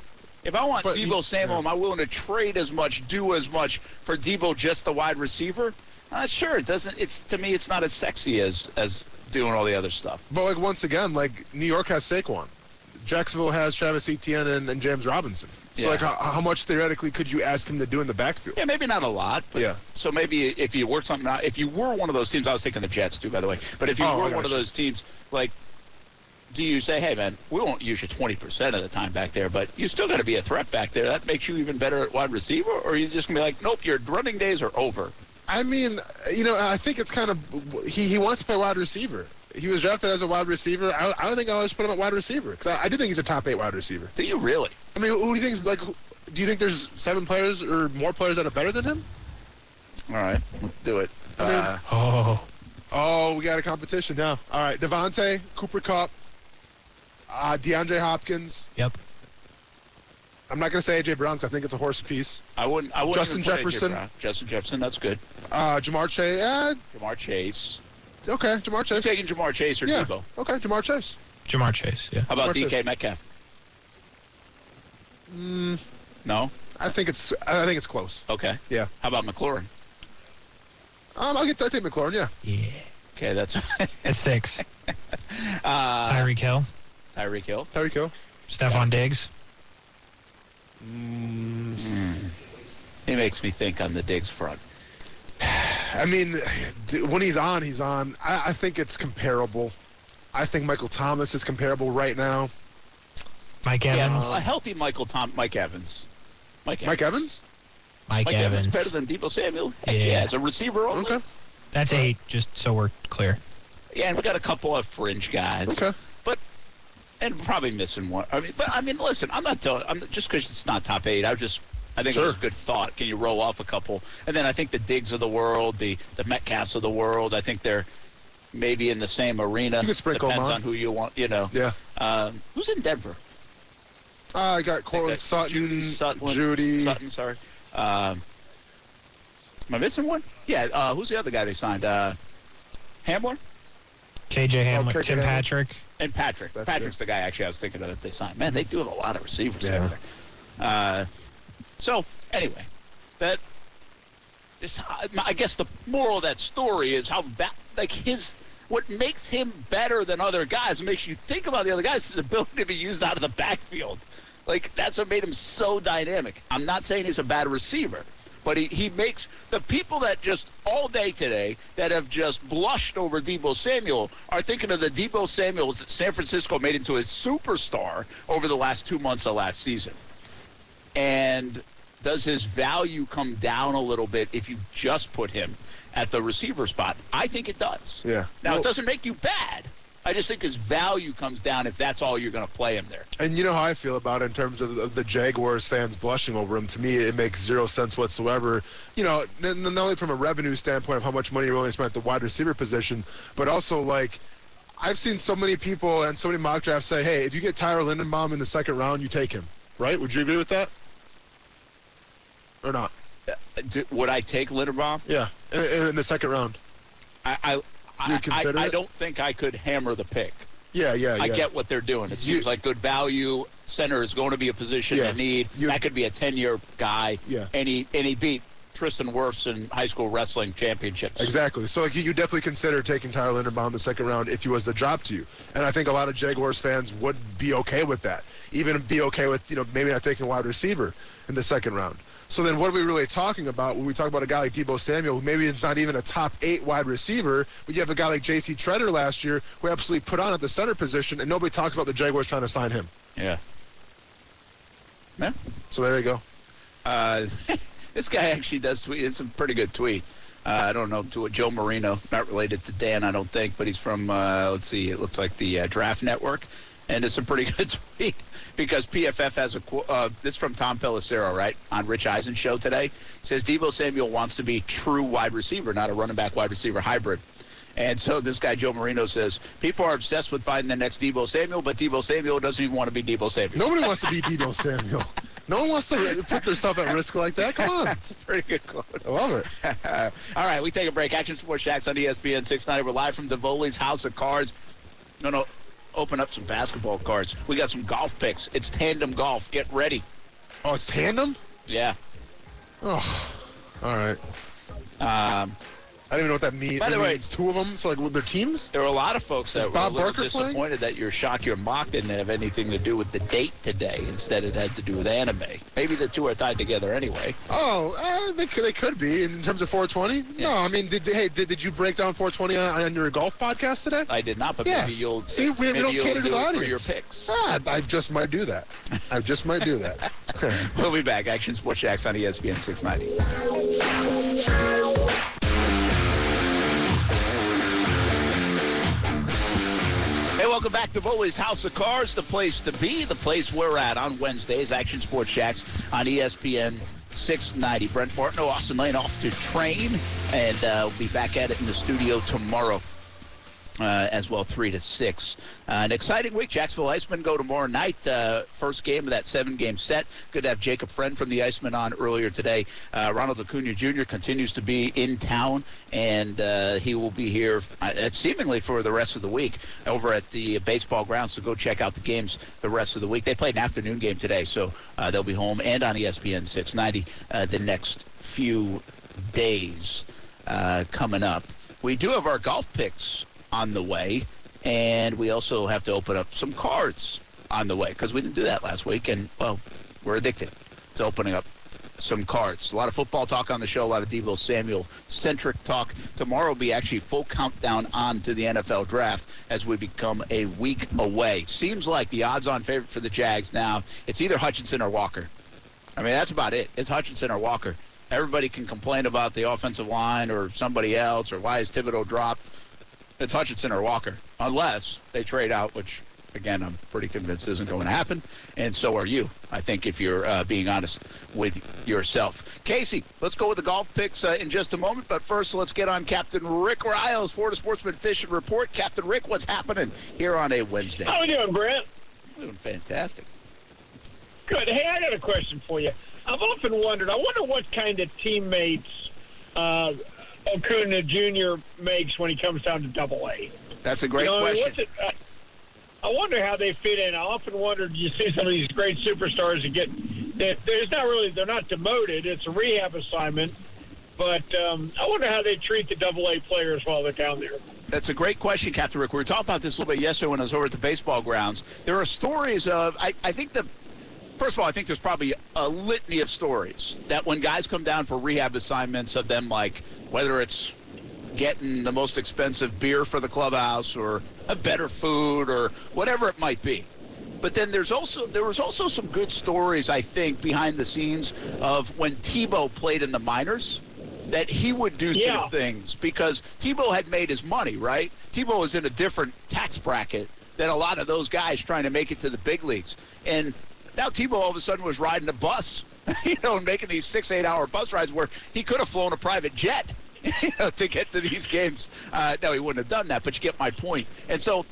[SPEAKER 5] If I want
[SPEAKER 7] But
[SPEAKER 5] Debo
[SPEAKER 7] he-
[SPEAKER 5] Samuel, am I willing to trade as much, do as much for Debo just the wide receiver? Uh, sure, it doesn't. It's to me, it's not as sexy as as doing all the other stuff.
[SPEAKER 7] But like once again, like New York has Saquon, Jacksonville has Travis Etienne and, and James Robinson. So
[SPEAKER 5] Yeah.
[SPEAKER 7] like, how, how much theoretically could you ask him to do in the backfield?
[SPEAKER 5] Yeah, maybe not a lot. But
[SPEAKER 7] Yeah.
[SPEAKER 5] So maybe if you worked something out, if you were one of those teams, I was thinking the Jets too, by the way. But if you
[SPEAKER 7] Oh, I
[SPEAKER 5] were
[SPEAKER 7] got
[SPEAKER 5] one of
[SPEAKER 7] you.
[SPEAKER 5] those teams, like, do you say, hey man, we won't use you 20% of the time back there, but you still got to be a threat back there. That makes you even better at wide receiver, or are you just gonna be like, nope, your running days are over.
[SPEAKER 7] I mean, you know, I think it's kind of he, he wants to play wide receiver. He was drafted as a wide receiver. I, I don't think I would just put him at wide receiver because I, I do think he's a top eight wide receiver.
[SPEAKER 5] Do you really?
[SPEAKER 7] I mean, who do you think's like? who- Do you think there's seven players or more players that are better than him?
[SPEAKER 5] All right, let's do it.
[SPEAKER 7] I mean,
[SPEAKER 5] Uh,
[SPEAKER 6] Oh.
[SPEAKER 7] oh, we got a competition now. All right, Devontae, Cooper Cup, uh, DeAndre Hopkins.
[SPEAKER 6] Yep.
[SPEAKER 7] I'm not gonna say AJ Brown 'cause I think it's a horse piece.
[SPEAKER 5] I wouldn't. I wouldn't.
[SPEAKER 7] Justin
[SPEAKER 5] even put A.J.
[SPEAKER 7] Jefferson.
[SPEAKER 5] Brown. Justin Jefferson, that's good.
[SPEAKER 7] Uh, Jamar Chase. Uh,
[SPEAKER 5] Jamar Chase.
[SPEAKER 7] okay, Jamar
[SPEAKER 5] I'm
[SPEAKER 7] Chase.
[SPEAKER 5] taking Jamar Chase or
[SPEAKER 7] Yeah.
[SPEAKER 5] Debo.
[SPEAKER 7] Okay, Jamar Chase.
[SPEAKER 6] Jamar Chase, yeah.
[SPEAKER 5] How about
[SPEAKER 7] Jamar Chase.
[SPEAKER 5] DK Metcalf?
[SPEAKER 7] Mm,
[SPEAKER 5] No.
[SPEAKER 7] I think it's. I think it's close.
[SPEAKER 5] Okay.
[SPEAKER 7] Yeah.
[SPEAKER 5] How about McLaurin?
[SPEAKER 7] Um, I'll get. I take McLaurin. Yeah.
[SPEAKER 6] Yeah.
[SPEAKER 5] Okay, that's [LAUGHS]
[SPEAKER 6] At [LAUGHS] six.
[SPEAKER 5] uh,
[SPEAKER 6] Tyreek Hill,
[SPEAKER 5] Tyreek Hill.
[SPEAKER 7] Tyreek Hill.
[SPEAKER 6] Stephon Diggs.
[SPEAKER 5] He makes me think on the Diggs front.
[SPEAKER 7] I mean, d- when he's on, he's on. I, I think it's comparable. I think Michael Thomas is comparable right now.
[SPEAKER 6] Mike Evans.
[SPEAKER 5] a healthy Michael Tom, Mike Evans. Mike Evans.
[SPEAKER 7] Mike Evans.
[SPEAKER 6] Mike,
[SPEAKER 5] Mike
[SPEAKER 6] Evans.
[SPEAKER 5] Evans better than Debo Samuel. Heck yeah.
[SPEAKER 6] Yeah.
[SPEAKER 5] as a receiver only.
[SPEAKER 7] Okay.
[SPEAKER 6] That's eight, just so we're clear.
[SPEAKER 5] Yeah, and we got a couple of fringe guys.
[SPEAKER 7] Okay.
[SPEAKER 5] but and probably missing one. I mean, but I mean, listen, I'm not telling. I'm just because it's not top eight. I was just. I think it was a good thought. Can you roll off a couple? And then I think the Digs of the world, the the Metcalfs of the world. I think they're maybe in the same arena.
[SPEAKER 7] You could sprinkle 'em
[SPEAKER 5] Depends
[SPEAKER 7] on.
[SPEAKER 5] on who you want. You know.
[SPEAKER 7] Yeah.
[SPEAKER 5] Um, who's in Denver?
[SPEAKER 7] Uh, I got Corlin
[SPEAKER 5] that-
[SPEAKER 7] Sutton,
[SPEAKER 5] Sutton,
[SPEAKER 7] Judy.
[SPEAKER 5] Sutton, sorry. Um, am I missing one? Yeah. Uh, who's the other guy they signed? Uh, Hamler
[SPEAKER 6] KJ
[SPEAKER 5] Oh,
[SPEAKER 6] Hamler,
[SPEAKER 7] KJ
[SPEAKER 6] Tim
[SPEAKER 7] Hamler.
[SPEAKER 6] Patrick.
[SPEAKER 5] and Patrick.
[SPEAKER 7] That's
[SPEAKER 5] Patrick's the guy. Actually, I was thinking of that they signed. Man, they do have a lot of receivers
[SPEAKER 7] Yeah.
[SPEAKER 5] over there. Uh, so anyway, that is. I guess the moral of that story is how that like his. What makes him better than other guys makes you think about the other guys is his ability to be used out of the backfield. Like that's what made him so dynamic. I'm not saying he's a bad receiver, but he, he makes the people that just all day today that have just blushed over Debo Samuel are thinking of the Debo Samuels that San Francisco made into a superstar over the last two months of last season. And does his value come down a little bit if you just put him at the receiver spot? I think it does.
[SPEAKER 7] Yeah.
[SPEAKER 5] Now
[SPEAKER 7] Well-
[SPEAKER 5] it doesn't make you bad. I just think his value comes down if that's all you're going to play him there.
[SPEAKER 7] And you know how I feel about it in terms of, of the Jaguars fans blushing over him. To me, it makes zero sense whatsoever. You know, n- n- not only from a revenue standpoint of how much money you're willing to spend at the wide receiver position, but also like I've seen so many people and so many mock drafts say, "Hey, if you get Tyler Lindenbaum in the second round, you take him." Right? Would you agree with that? or not?
[SPEAKER 5] Do, Uh, would I take Linderbaum?
[SPEAKER 7] Yeah, in, in the second round.
[SPEAKER 5] I I, I,
[SPEAKER 7] You'd
[SPEAKER 5] I,
[SPEAKER 7] consider
[SPEAKER 5] I
[SPEAKER 7] it?
[SPEAKER 5] don't think I could hammer the pick.
[SPEAKER 7] Yeah, yeah, yeah.
[SPEAKER 5] I get what they're doing. It seems
[SPEAKER 7] You-
[SPEAKER 5] like good value. Center is going to be a position
[SPEAKER 7] Yeah.
[SPEAKER 5] in need.
[SPEAKER 7] You-
[SPEAKER 5] that could be a ten-year guy.
[SPEAKER 7] Yeah.
[SPEAKER 5] And he and he beat Tristan Wirfs in high school wrestling championships.
[SPEAKER 7] Exactly. So like you, you definitely consider taking Tyler Linderbaum in the second round if he was to drop to you, and I think a lot of Jaguars fans would be okay with that, even be okay with you know maybe not taking a wide receiver in the second round. So then, what are we really talking about when we talk about a guy like Debo Samuel? who Maybe it's not even a top eight wide receiver, but you have a guy like J.C. Treader last year who absolutely put on at the center position, and nobody talks about the Jaguars trying to sign him.
[SPEAKER 5] Yeah. Yeah.
[SPEAKER 7] So there you go.
[SPEAKER 5] Uh, [LAUGHS] this guy actually does tweet. It's a pretty good tweet. Uh, I don't know to a Joe Marino, not related to Dan, I don't think, but he's from. Uh, let's see, it looks like the uh, Draft Network, and it's a pretty [LAUGHS] good tweet because PFF has a. qu- Uh, this from Tom Pelissero, right on Rich Eisen's show today. Says Debo Samuel wants to be true wide receiver, not a running back wide receiver hybrid. And so this guy Joe Marino says people are obsessed with finding the next Debo Samuel, but Debo Samuel doesn't even want to be Debo Samuel.
[SPEAKER 7] Nobody wants to be Debo Samuel. No one wants to put themselves at risk like that. Come on,
[SPEAKER 5] That's a pretty good quote.
[SPEAKER 7] I love it.
[SPEAKER 5] Uh, all right, we take a break. Action Sports Shacks on E ESPN 690. We're live from Davoli's House of Cards. No, no, open up some basketball cards. We got some golf picks. It's tandem golf. Get ready.
[SPEAKER 7] Oh, it's tandem.
[SPEAKER 5] Yeah.
[SPEAKER 7] Oh, all right.
[SPEAKER 5] Um,
[SPEAKER 7] I don't even know what that means.
[SPEAKER 5] By the
[SPEAKER 7] It
[SPEAKER 5] way-
[SPEAKER 7] means two of them. So like, with their teams?
[SPEAKER 5] there were a lot of folks that
[SPEAKER 7] Is
[SPEAKER 5] were
[SPEAKER 7] Bob
[SPEAKER 5] a little
[SPEAKER 7] Barker playing?
[SPEAKER 5] disappointed that your shock your mock didn't have anything to do with the date today. Instead, it had to do with anime. Maybe the two are tied together anyway.
[SPEAKER 7] Oh, uh, they could, they could be in terms of 420.
[SPEAKER 5] Yeah.
[SPEAKER 7] No, I mean, did hey, did, did you break down 420 on, on your golf podcast today?
[SPEAKER 5] I did not, but
[SPEAKER 7] Yeah.
[SPEAKER 5] maybe you'll
[SPEAKER 7] See, we,
[SPEAKER 5] maybe
[SPEAKER 7] we don't
[SPEAKER 5] you'll
[SPEAKER 7] cater to
[SPEAKER 5] do
[SPEAKER 7] the
[SPEAKER 5] it
[SPEAKER 7] audience.
[SPEAKER 5] for your picks.
[SPEAKER 7] Ah, I just might do that. I just might do that.
[SPEAKER 5] [LAUGHS] We'll be back. Action Sports Shacks on E ESPN 690. Hey, welcome back to Bowley's House of Cars, the place to be, the place we're at on Wednesdays, Action Sports Shacks on E ESPN 690. Brent Martineau, Austin Lane off to train, and uh, we'll be back at it in the studio tomorrow uh, as well, three to six. Uh, an exciting week. Jacksonville Icemen go tomorrow night. Uh, first game of that seven-game set. Good to have Jacob Friend from the Icemen on earlier today. Uh, Ronald Acuna Jr. continues to be in town, and uh, he will be here uh, seemingly for the rest of the week over at the baseball grounds. So go check out the games the rest of the week. They played an afternoon game today, so uh, they'll be home and on ESPN 690 uh, the next few days uh, coming up. We do have our golf picks on the way, and we also have to open up some cards on the way because we didn't do that last week, and well, we're addicted to opening up some cards. A lot of football talk on the show, a lot of Debo Samuel centric talk. Tomorrow will be actually full countdown on to the NFL draft as we become a week away. Seems like the odds on favorite for the Jags now, it's either Hutchinson or Walker. I mean, that's about it. It's Hutchinson or Walker. Everybody can complain about the offensive line or somebody else or why is Thibodeau dropped. It's Hutchinson or Walker, unless they trade out, which, again, I'm pretty convinced isn't going to happen. And so are you, I think, if you're uh, being honest with yourself. Casey, let's go with the golf picks uh, in just a moment. But first, let's get on Captain Rick Riles, Florida Sportsman Fish and Report. Captain Rick, what's happening here on a Wednesday?
[SPEAKER 8] How we doing, Brent?
[SPEAKER 5] Doing fantastic.
[SPEAKER 8] Good. Hey, I got a question for you. I've often wondered. I wonder what kind of teammates uh, Acuna Jr. makes when he comes down to Double A.
[SPEAKER 5] That's a great
[SPEAKER 8] You know, I mean,
[SPEAKER 5] question.
[SPEAKER 8] what's it- uh, I wonder how they fit in. I often wondered. You see some of these great superstars that get that there's not really they're not demoted. It's a rehab assignment. But um, I wonder how they treat the Double A players while they're down there.
[SPEAKER 5] That's a great question, Captain Rick. We were talking about this a little bit yesterday when I was over at the baseball grounds. There are stories of, I, I think the, first of all, I think there's probably a litany of stories that when guys come down for rehab assignments of them, like whether it's getting the most expensive beer for the clubhouse or a better food or whatever it might be. But then there's also there was also some good stories I think behind the scenes of when Tebow played in the minors that he would do
[SPEAKER 8] Yeah.
[SPEAKER 5] some things because Tebow had made his money, right? Tebow was in a different tax bracket than a lot of those guys trying to make it to the big leagues. And now Tebow all of a sudden was riding a bus, [LAUGHS] you know, and making these six, eight hour bus rides where he could have flown a private jet [LAUGHS] you know, to get to these games. Uh, no, he wouldn't have done that, but you get my point. And so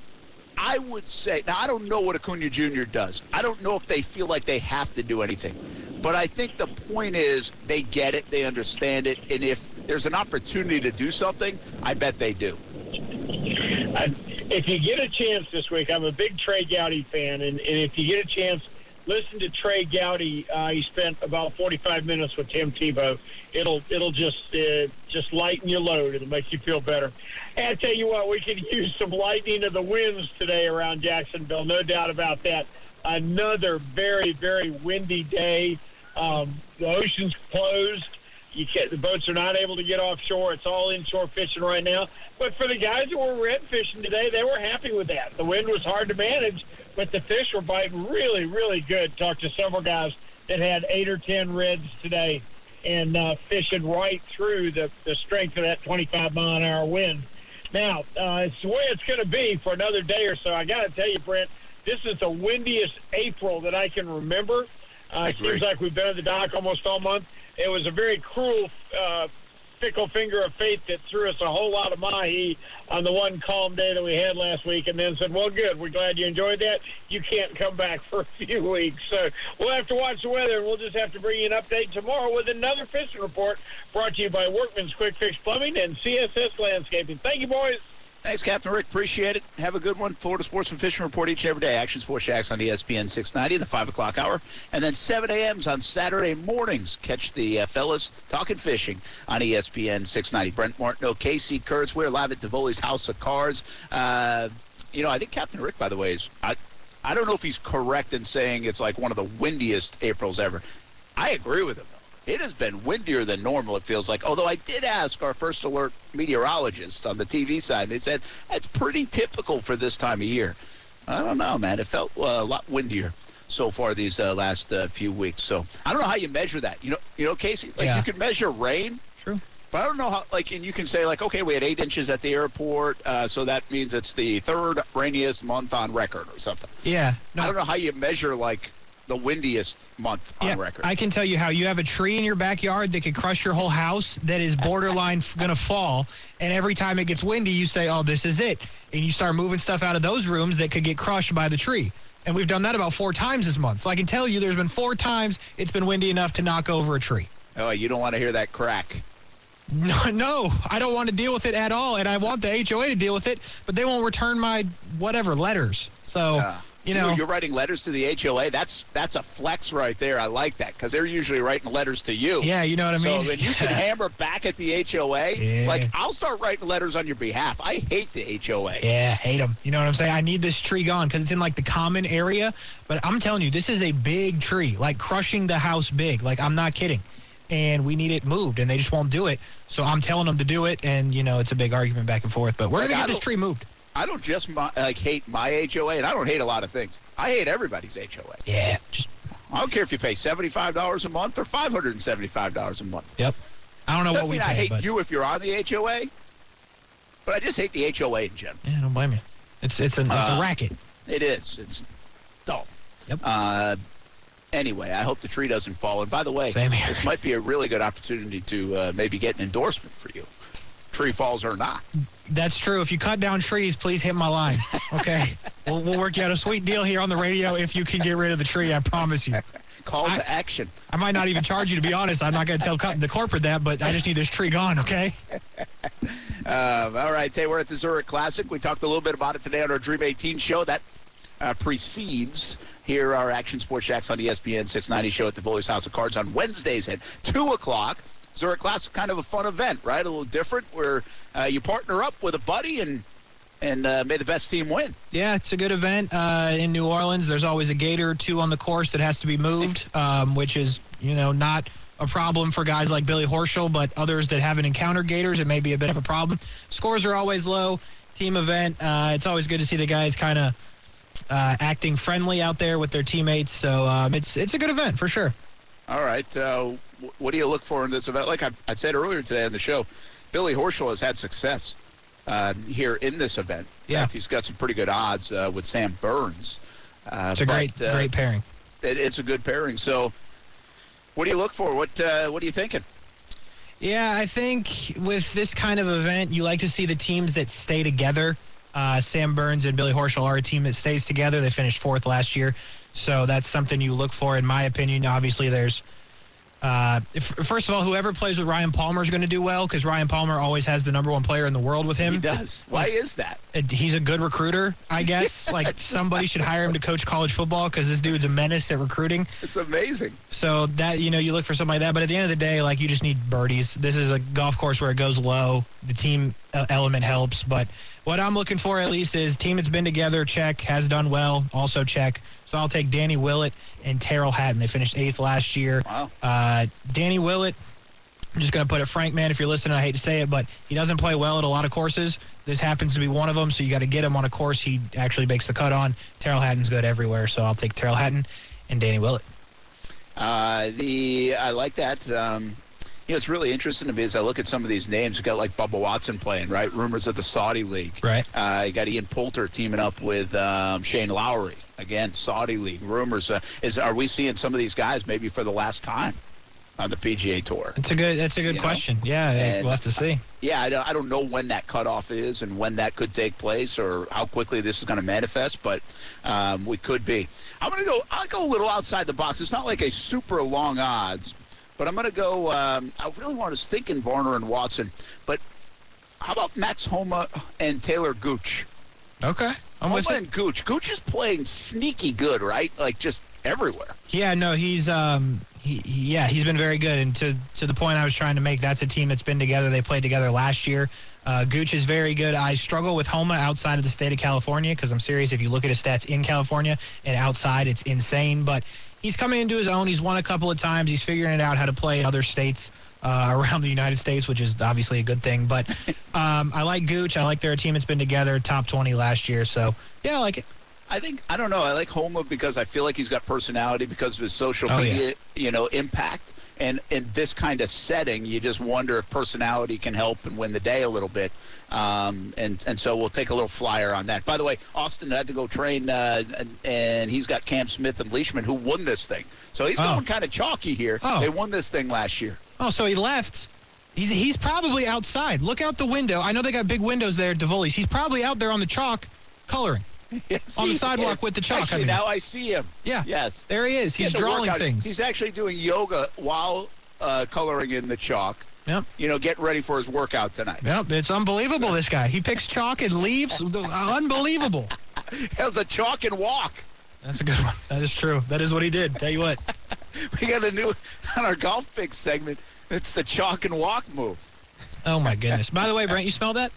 [SPEAKER 5] I would say, now I don't know what Acuna Jr. does. I don't know if they feel like they have to do anything. But I think the point is they get it, they understand it, and if there's an opportunity to do something, I bet they do.
[SPEAKER 8] I, if you get a chance this week, I'm a big Trey Gowdy fan, and, and if you get a chance, listen to Trey Gowdy. Uh, he spent about 45 minutes with Tim Tebow. It'll it'll just uh, just lighten your load. It'll make you feel better. And I tell you what, we could [LAUGHS] use some lightning of the winds today around Jacksonville. No doubt about that. Another very very windy day. Um, the ocean's closed you can't, the boats are not able to get offshore. It's all inshore fishing right now. But for the guys that were red fishing today, they were happy with that. The wind was hard to manage, but the fish were biting really, really good. Talked to several guys that had eight or ten reds today and uh, fishing right through the, the strength of that 25 mile an hour wind. Now, uh, it's the way it's going to be for another day or so. I got to tell you, Brent, this is the windiest April that I can remember. Uh, it seems like we've been at the dock almost all month. It was a very cruel, uh, fickle finger of fate that threw us a whole lot of mahi on the one calm day that we had last week, and then said, "Well, good. We're glad you enjoyed that. You can't come back [LAUGHS] for a few weeks, so we'll have to watch the weather, and we'll just have to bring you an update tomorrow with another fishing report brought to you by Workman's Quick Fix Plumbing and CSS Landscaping. Thank you, boys."
[SPEAKER 5] Thanks, Captain Rick. Appreciate it. Have a good one. Florida Sports and Fishing Report each and every day. Action Sports Shacks on E ESPN 690 in the 5 o'clock hour. And then 7 a.m.s on Saturday mornings. Catch the uh, fellas talking fishing on E ESPN 690. Brent Martineau, Casey Kurtz. We're live at Davoli's House of Cards. Uh, you know, I think Captain Rick, by the way, is. I, I don't know if he's correct in saying it's like one of the windiest Aprils ever. I agree with him. It has been windier than normal, it feels like. Although I did ask our first alert meteorologists on the TV side, and they said that's pretty typical for this time of year. I don't know, man. It felt uh, a lot windier so far these uh, last uh, few weeks. So I don't know how you measure that. You know, you know, Casey. Like
[SPEAKER 6] Yeah.
[SPEAKER 5] you can measure rain,
[SPEAKER 6] True.
[SPEAKER 5] but I don't know how. Like, and you can say like, okay, we had eight inches at the airport, uh, so that means it's the third rainiest month on record or something.
[SPEAKER 6] Yeah.
[SPEAKER 5] I don't know how you measure like the windiest month on record.
[SPEAKER 6] I can tell you how you have a tree in your backyard that could crush your whole house that is borderline f- gonna fall, and every time it gets windy, you say, "Oh, this is it," and you start moving stuff out of those rooms that could get crushed by the tree. And we've done that about four times this month. So I can tell you, there's been four times it's been windy enough to knock over a tree.
[SPEAKER 5] oh, you don't want to hear that crack.
[SPEAKER 6] No, [LAUGHS] no, I don't want to deal with it at all, and I want the HOA to deal with it, but they won't return my whatever letters. So
[SPEAKER 5] Yeah.
[SPEAKER 6] Oh, you know,
[SPEAKER 5] Uh, you're writing letters to the HOA. That's that's a flex right there. I like that because they're usually writing letters to you.
[SPEAKER 6] yeah, you know what I
[SPEAKER 5] So
[SPEAKER 6] mean.
[SPEAKER 5] when you
[SPEAKER 6] [LAUGHS]
[SPEAKER 5] can hammer back at the HOA,
[SPEAKER 6] Yeah.
[SPEAKER 5] like I'll start writing letters on your behalf. I hate the HOA.
[SPEAKER 6] Yeah, hate them. You know what I'm saying? I need this tree gone because it's in like the common area. But I'm telling you, this is a big tree, like crushing the house big. Like I'm not kidding. And we need it moved, and they just won't do it. So I'm telling them to do it, and you know it's a big argument back and forth. But we're
[SPEAKER 5] Like,
[SPEAKER 6] gonna
[SPEAKER 5] I
[SPEAKER 6] get this
[SPEAKER 5] don't-
[SPEAKER 6] tree moved.
[SPEAKER 5] I don't just my, like hate my HOA, and I don't hate a lot of things. I hate everybody's HOA.
[SPEAKER 6] Yeah, just
[SPEAKER 5] I don't care if you pay seventy five dollars a month or five hundred and seventy five dollars a month.
[SPEAKER 6] yep. I don't know
[SPEAKER 5] Doesn't
[SPEAKER 6] what we
[SPEAKER 5] mean
[SPEAKER 6] pay,
[SPEAKER 5] I hate
[SPEAKER 6] but
[SPEAKER 5] you if you're on the HOA, but I just hate the HOA in general.
[SPEAKER 6] yeah, don't blame you. It's it's a it's
[SPEAKER 5] Uh,
[SPEAKER 6] a racket.
[SPEAKER 5] It is. It's dull.
[SPEAKER 6] Yep.
[SPEAKER 5] Uh, anyway, I hope the tree doesn't fall. And by the way,
[SPEAKER 6] Same here.
[SPEAKER 5] this might be a really good opportunity to uh, maybe get an endorsement for you. Tree falls or not.
[SPEAKER 6] That's true. If you cut down trees, please hit my
[SPEAKER 5] [LAUGHS]
[SPEAKER 6] line. Okay, we'll we'll work you out a sweet deal here on the radio if you can get rid of the tree. I promise you.
[SPEAKER 5] Call
[SPEAKER 6] I-
[SPEAKER 5] to action.
[SPEAKER 6] I might not even charge you, to be honest. I'm not going to tell co- the corporate that, but I just need this tree gone, okay?
[SPEAKER 5] Um, all right, Tay, we're at the Zurich Classic. We talked a little bit about it today on our Dream 18 show. That uh, precedes here our Action Sports Shacks on E ESPN 690 show at the Bullies House of Cards on Wednesdays at 2 o'clock. Zurich Classic, kind of a fun event, right? A little different where uh, you partner up with a buddy and and uh, may the best team win.
[SPEAKER 6] Yeah, it's a good event uh, in New Orleans. There's always a gator or two on the course that has to be moved, um, which is, you know, not a problem for guys like Billy Horschel, but others that haven't encountered gators, it may be a bit of a problem. Scores are always low. Team event, uh, it's always good to see the guys kind of uh, acting friendly out there with their teammates. So um, it's it's a good event for sure.
[SPEAKER 5] All right, uh, wh- what do you look for in this event? Like I, I said earlier today on the show, Billy Horschel has had success uh, here in this event. In
[SPEAKER 6] Yeah.
[SPEAKER 5] fact, he's got some pretty good odds uh, with Sam Burns. Uh,
[SPEAKER 6] It's a
[SPEAKER 5] but,
[SPEAKER 6] great
[SPEAKER 5] uh,
[SPEAKER 6] great pairing.
[SPEAKER 5] it, it's a good pairing. So, what do you look for? What uh, What are you thinking?
[SPEAKER 6] Yeah, I think with this kind of event, you like to see the teams that stay together. Uh, Sam Burns and Billy Horschel are a team that stays together. They finished fourth last year. So that's something you look for, in my opinion. Obviously, there's. Uh, if, first of all, whoever plays with Ryan Palmer is going to do well because Ryan Palmer always has the number one player in the world with him.
[SPEAKER 5] He does. Why is that?
[SPEAKER 6] And He's a good recruiter,
[SPEAKER 5] [LAUGHS]
[SPEAKER 6] I guess. like somebody should hire him to coach college football because this dude's a menace at recruiting.
[SPEAKER 5] It's amazing.
[SPEAKER 6] So that you know, you look for something like that. But at the end of the day, like you just need birdies. This is a golf course where it goes low. The team uh, element helps, but what I'm looking for at least is team that's been together. Check has done well. Also check. So I'll take Danny Willett and Terrell Hatton. They finished eighth last year.
[SPEAKER 5] Wow.
[SPEAKER 6] Uh, Danny Willett. I'm just going to put it frank, man. If you're listening, I hate to say it, but he doesn't play well at a lot of courses. This happens to be one of them, so you got to get him on a course he actually makes the cut on. Terrell Hatton's good everywhere, so I'll take Terrell Hatton and Danny Willett.
[SPEAKER 5] Uh, the I like that. Um, you know, it's really interesting to me as I look at some of these names. You got like Bubba Watson playing, right? Rumors of the Saudi League.
[SPEAKER 6] Right.
[SPEAKER 5] Uh, you got Ian Poulter teaming up with um, Shane Lowry again, Saudi League. Rumors. Uh, is are we seeing some of these guys maybe for the last time on the PGA Tour?
[SPEAKER 6] That's a good. That's a
[SPEAKER 5] You
[SPEAKER 6] good
[SPEAKER 5] know?
[SPEAKER 6] question. Yeah,
[SPEAKER 5] And-
[SPEAKER 6] we'll have to see.
[SPEAKER 5] Yeah, I don't, I don't know when that cutoff is and when that could take place or how quickly this is going to manifest, but um, we could be. I'm going to go. I'll go a little outside the box. It's not like a super long odds, but I'm going to go. Um, I really want to think in Varner and Watson, but how about Max Homa and Taylor Gooch?
[SPEAKER 6] Okay, I'm with
[SPEAKER 5] Homa
[SPEAKER 6] it.
[SPEAKER 5] and Gooch. Gooch is playing sneaky good, right? Like just everywhere.
[SPEAKER 6] Yeah, no, he's um, he, he- yeah, he's been very good. And to to the point I was trying to make, that's a team that's been together. They played together last year. Uh, Gooch is very good. I struggle with Homa outside of the state of California because I'm serious. If you look at his stats in California and outside, it's insane. But he's coming into his own. He's won a couple of times. He's figuring it out how to play in other states. uh, [LAUGHS] around the United States, which is obviously a good thing. But um, I like Gooch. I like their team. It's been together top 20 last year. So, yeah, I like it.
[SPEAKER 5] I think I don't know. I like Homa because I feel like he's got personality because of his social
[SPEAKER 6] Oh,
[SPEAKER 5] media, you know, impact. And in this kind of setting, you just wonder if personality can help and win the day a little bit. Um, and and so we'll take a little flyer on that. By the way, Austin had to go train, uh, and, and he's got Cam Smith and Leishman who won this thing. So he's
[SPEAKER 6] Oh.
[SPEAKER 5] going kind of chalky here.
[SPEAKER 6] Oh.
[SPEAKER 5] They won this thing last year. [LAUGHS]
[SPEAKER 6] Oh, so he left. He's, he's probably outside. Look out the window. I know they got big windows there at DeVoli's. He's probably out there on the chalk coloring.
[SPEAKER 5] Yes,
[SPEAKER 6] On the
[SPEAKER 5] he
[SPEAKER 6] sidewalk
[SPEAKER 5] is.
[SPEAKER 6] with the chalk, I
[SPEAKER 5] Actually,
[SPEAKER 6] mean.
[SPEAKER 5] now I see him.
[SPEAKER 6] Yeah.
[SPEAKER 5] Yes.
[SPEAKER 6] There he is. He's
[SPEAKER 5] Getting a
[SPEAKER 6] drawing
[SPEAKER 5] workout.
[SPEAKER 6] things.
[SPEAKER 5] He's actually doing yoga while uh, coloring in the chalk.
[SPEAKER 6] yep.
[SPEAKER 5] you know, getting ready for his workout tonight. [LAUGHS]
[SPEAKER 6] Yep. It's unbelievable, this guy. He picks chalk and leaves. unbelievable.
[SPEAKER 5] That was a chalk and walk.
[SPEAKER 6] That's a good one. That is true. That is what he did. Tell you what.
[SPEAKER 5] We got a new [LAUGHS] on our golf pick segment. It's the chalk and walk move.
[SPEAKER 6] Oh my goodness! By the way, Brent, you smell that?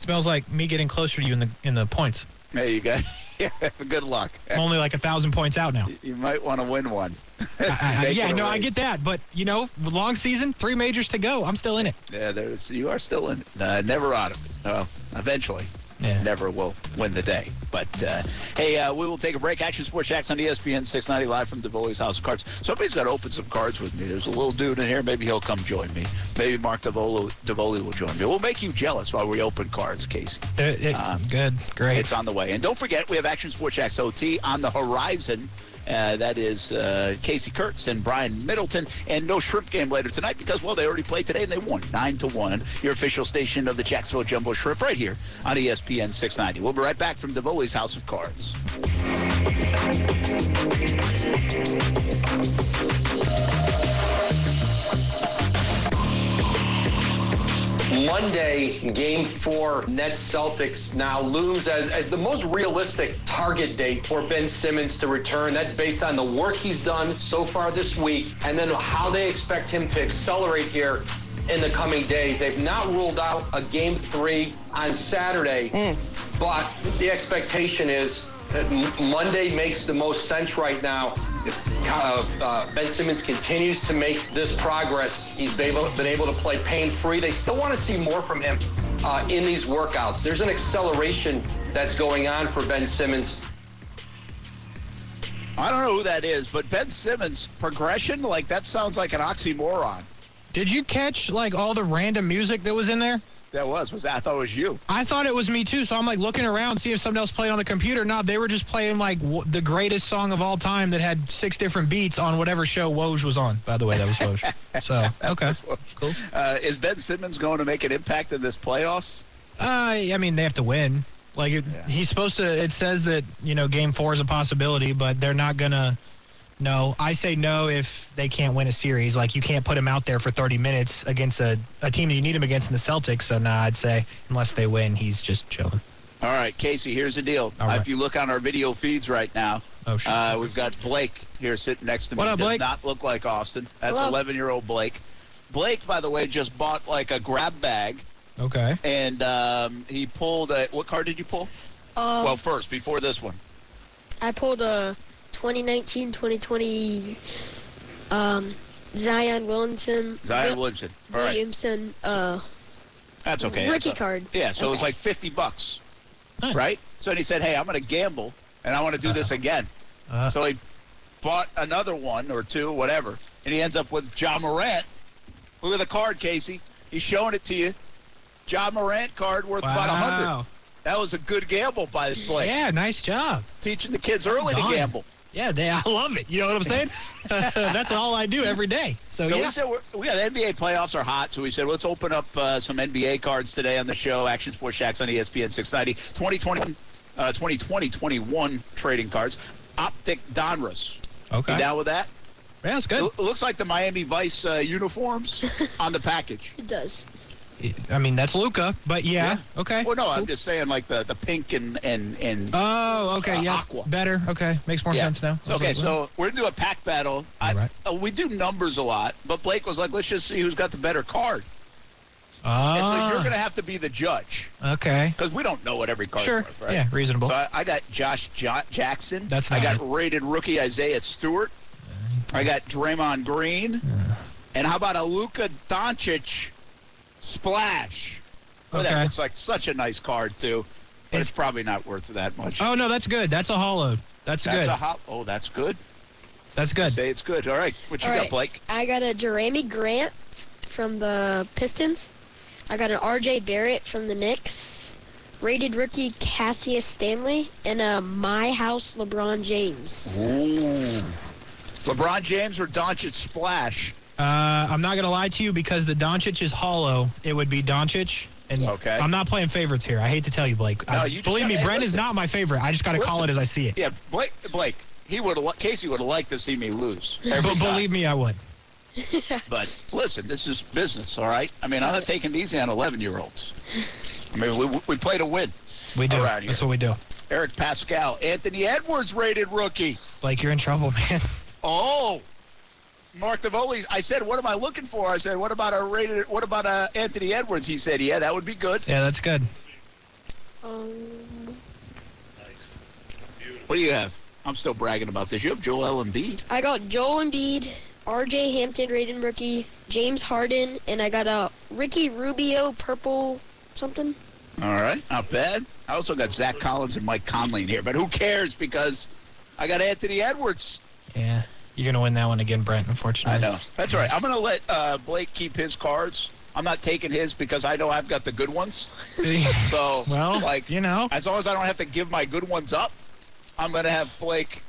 [SPEAKER 6] smells like me getting closer to you in the in the points.
[SPEAKER 5] There you go. [LAUGHS] yeah, good luck.
[SPEAKER 6] I'm only like a thousand points
[SPEAKER 5] [LAUGHS]
[SPEAKER 6] out now.
[SPEAKER 5] You might want to win one.
[SPEAKER 6] I, I,
[SPEAKER 5] Make
[SPEAKER 6] yeah,
[SPEAKER 5] it a
[SPEAKER 6] no, I
[SPEAKER 5] race.
[SPEAKER 6] get that, but you know, long season, three majors to go. I'm still in it.
[SPEAKER 5] Yeah, there's you are still in. it. Uh, never out of it. Well, eventually.
[SPEAKER 6] Yeah.
[SPEAKER 5] Never will win the day. But uh, hey, uh, we will take a break. Action Sports Shacks on E ESPN 690 live from DeVoli's House of Cards. Somebody's got to open some cards with me. There's a little dude in here. Maybe he'll come join me. Maybe Mark DeVoli, DeVoli will join me. We'll make you jealous while we open cards, Casey.
[SPEAKER 6] There- it-
[SPEAKER 5] Um,
[SPEAKER 6] Uh, good, great.
[SPEAKER 5] It's on the way. And don't forget, we have Action Sports X OT on the horizon. Uh, that is uh, Casey Kurtz and Brian Middleton, and no shrimp game later tonight because well they already played today and they won nine to one. Your official station of the Jacksonville Jumbo Shrimp right here on E ESPN 690. We'll be right back from Davoli's House of Cards.
[SPEAKER 9] Monday, game four, Nets Celtics now looms as, as the most realistic target date for Ben Simmons to return. That's based on the work he's done so far this week and then how they expect him to accelerate here in the coming days. They've not ruled out a game three on Saturday, but the expectation is that M- Monday makes the most sense right now. If uh, uh, Ben Simmons continues to make this progress, he's been able, been able to play pain-free. They still want to see more from him uh, in these workouts. There's an acceleration that's going on for Ben Simmons.
[SPEAKER 5] I don't know who that is, but Ben Simmons progression like that sounds like an oxymoron.
[SPEAKER 6] Did you catch like all the random music that was in there?
[SPEAKER 5] That was was I thought it was you.
[SPEAKER 6] I thought it was me too, so I'm like looking around, see if something else played on the computer. No, they were just playing like w- the greatest song of all time that had six different beats on whatever show Woj was on. By the way, that
[SPEAKER 5] [LAUGHS]
[SPEAKER 6] was Woj. so okay, cool.
[SPEAKER 5] Uh, is Ben Simmons going to make an impact in this playoffs?
[SPEAKER 6] Uh, I mean, they have to win. Like it, he's supposed to. It says that you know game four is a possibility, but they're not gonna. No, I say no if they can't win a series. Like you can't put him out there for 30 minutes against a, a team that you need him against in the Celtics. So nah, I'd say unless they win, he's just chilling.
[SPEAKER 5] All right, Casey, here's the deal. Uh,
[SPEAKER 6] All right.
[SPEAKER 5] If you look on our video feeds right now,
[SPEAKER 6] Oh shit.
[SPEAKER 5] uh, we've got Blake here sitting next to me.
[SPEAKER 6] What up,
[SPEAKER 5] Does
[SPEAKER 6] Blake?
[SPEAKER 5] not look like Austin. That's
[SPEAKER 10] Hello.
[SPEAKER 5] 11 year old Blake. Blake, by the way, just bought like a grab bag
[SPEAKER 6] okay.
[SPEAKER 5] and um, he pulled a. What card did you pull?
[SPEAKER 10] Um,
[SPEAKER 5] well, first, before this one.
[SPEAKER 10] [LAUGHS] I pulled a 2019-2020 um, Zion Williamson,
[SPEAKER 5] Zion
[SPEAKER 10] Wil-
[SPEAKER 5] Williamson. All right.
[SPEAKER 10] Williamson, uh,
[SPEAKER 5] That's okay.
[SPEAKER 10] rookie
[SPEAKER 5] That's a-
[SPEAKER 10] card.
[SPEAKER 5] Yeah, so it was
[SPEAKER 10] Okay.
[SPEAKER 5] like 50 bucks.
[SPEAKER 6] Nice.
[SPEAKER 5] Right? So then he said, hey, I'm going to gamble and I want to do this again.
[SPEAKER 6] Uh,
[SPEAKER 5] So he bought another one or two, whatever, and he ends up with John Morant. Look at the card, Casey. He's showing it to you. John Morant card worth about about 100.
[SPEAKER 6] wow.
[SPEAKER 5] That was a good gamble by the play.
[SPEAKER 6] Yeah, nice job.
[SPEAKER 5] Teaching the kids early
[SPEAKER 6] Darn.
[SPEAKER 5] to gamble.
[SPEAKER 6] Yeah, they, I love it. You know what I'm saying? [LAUGHS] That's all I do every day. So,
[SPEAKER 5] So
[SPEAKER 6] yeah.
[SPEAKER 5] we said we're, we yeah, the NBA playoffs are hot. So we said let's open up uh, some NBA cards today on the show. Action Sports Shacks on E ESPN 690. 2020, uh, 2020 21 trading cards. Optic Donruss. You
[SPEAKER 6] Okay. Yeah,
[SPEAKER 5] down with that?
[SPEAKER 6] that's
[SPEAKER 5] It
[SPEAKER 6] good.
[SPEAKER 5] lo- looks like the Miami Vice uh, uniforms on the package.
[SPEAKER 10] It does.
[SPEAKER 6] I mean, that's Luca, but yeah. Okay.
[SPEAKER 5] Well, no, I'm just saying like the, the pink and and and.
[SPEAKER 6] Oh, okay.
[SPEAKER 5] Uh,
[SPEAKER 6] Yeah.
[SPEAKER 5] aqua.
[SPEAKER 6] Better. Okay. Makes more
[SPEAKER 5] Yeah.
[SPEAKER 6] sense now. I was
[SPEAKER 5] Okay,
[SPEAKER 6] like, what?
[SPEAKER 5] so we're gonna do a pack battle. I,
[SPEAKER 6] All right.
[SPEAKER 5] uh, we do numbers a lot, but Blake was like, "Let's just see who's got the better card." And so you're
[SPEAKER 6] Ah,
[SPEAKER 5] gonna have to be the judge
[SPEAKER 6] okay.
[SPEAKER 5] because we don't know what every card's
[SPEAKER 6] Sure.
[SPEAKER 5] worth, right?
[SPEAKER 6] Yeah, reasonable.
[SPEAKER 5] So I, I got Josh jo- Jackson.
[SPEAKER 6] That's
[SPEAKER 5] I
[SPEAKER 6] not
[SPEAKER 5] got rated rookie Isaiah Stewart. I got Draymond Green. And how about a Luka Doncic splash? Well,
[SPEAKER 6] Okay.
[SPEAKER 5] that looks like such a nice card too, but it's, probably not worth that much.
[SPEAKER 6] Oh no, that's good. That's a hollow.
[SPEAKER 5] that's
[SPEAKER 6] That's, good.
[SPEAKER 5] a hot. Oh, that's good.
[SPEAKER 6] that's good.
[SPEAKER 5] Say it's good. All right, what you
[SPEAKER 10] All
[SPEAKER 5] got,
[SPEAKER 10] right.
[SPEAKER 5] Blake?
[SPEAKER 10] I got a Jeremy Grant from the uh, Pistons. I got an R.J. Barrett from the Knicks. Rated rookie Cassius Stanley and a My House LeBron James.
[SPEAKER 5] Ooh. LeBron James or Doncic splash?
[SPEAKER 6] Uh, I'm not gonna lie to you because the Doncic is hollow. It would be Doncic. And
[SPEAKER 5] Okay.
[SPEAKER 6] I'm not playing favorites here. I hate to tell you, Blake.
[SPEAKER 5] No,
[SPEAKER 6] I-
[SPEAKER 5] you just
[SPEAKER 6] believe
[SPEAKER 5] gotta-
[SPEAKER 6] me,
[SPEAKER 5] hey,
[SPEAKER 6] Brent is
[SPEAKER 5] listen.
[SPEAKER 6] not my favorite. I just gotta call it
[SPEAKER 5] Listen.
[SPEAKER 6] as I see it.
[SPEAKER 5] Yeah, Blake. Blake. He would have. Li- Casey would have liked to see me lose. [LAUGHS] every
[SPEAKER 6] But
[SPEAKER 5] time.
[SPEAKER 6] believe me, I would.
[SPEAKER 5] But listen, this is business, all right? I mean, I'm not taking it easy on 11 year olds. I mean, we, we play to win.
[SPEAKER 6] We do.
[SPEAKER 5] Around here.
[SPEAKER 6] That's what we do.
[SPEAKER 5] Eric Pascal, Anthony Edwards rated rookie.
[SPEAKER 6] Blake, you're in trouble, [LAUGHS] man.
[SPEAKER 5] Oh, Mark Davoli. I said, what am I looking for? I said, what about a rated? What about uh, Anthony Edwards? He said, yeah, that would be good.
[SPEAKER 6] yeah, that's good.
[SPEAKER 10] Um,
[SPEAKER 5] What do you have? I'm still bragging about this. You have Joel Embiid.
[SPEAKER 10] I got Joel Embiid, R.J. Hampton, rated rookie, James Harden, and I got a Ricky Rubio purple something.
[SPEAKER 5] All right, not bad. I also got Zach Collins and Mike Conley in here, but who cares? Because I got Anthony Edwards.
[SPEAKER 6] Yeah. You're gonna win that one again, Brent, unfortunately.
[SPEAKER 5] I know. That's all right. I'm going to let uh, Blake keep his cards. I'm not taking his because I know I've got the good ones. So,
[SPEAKER 6] [LAUGHS] well,
[SPEAKER 5] like,
[SPEAKER 6] you know.
[SPEAKER 5] as long as I don't have to give my good ones up, I'm going to have Blake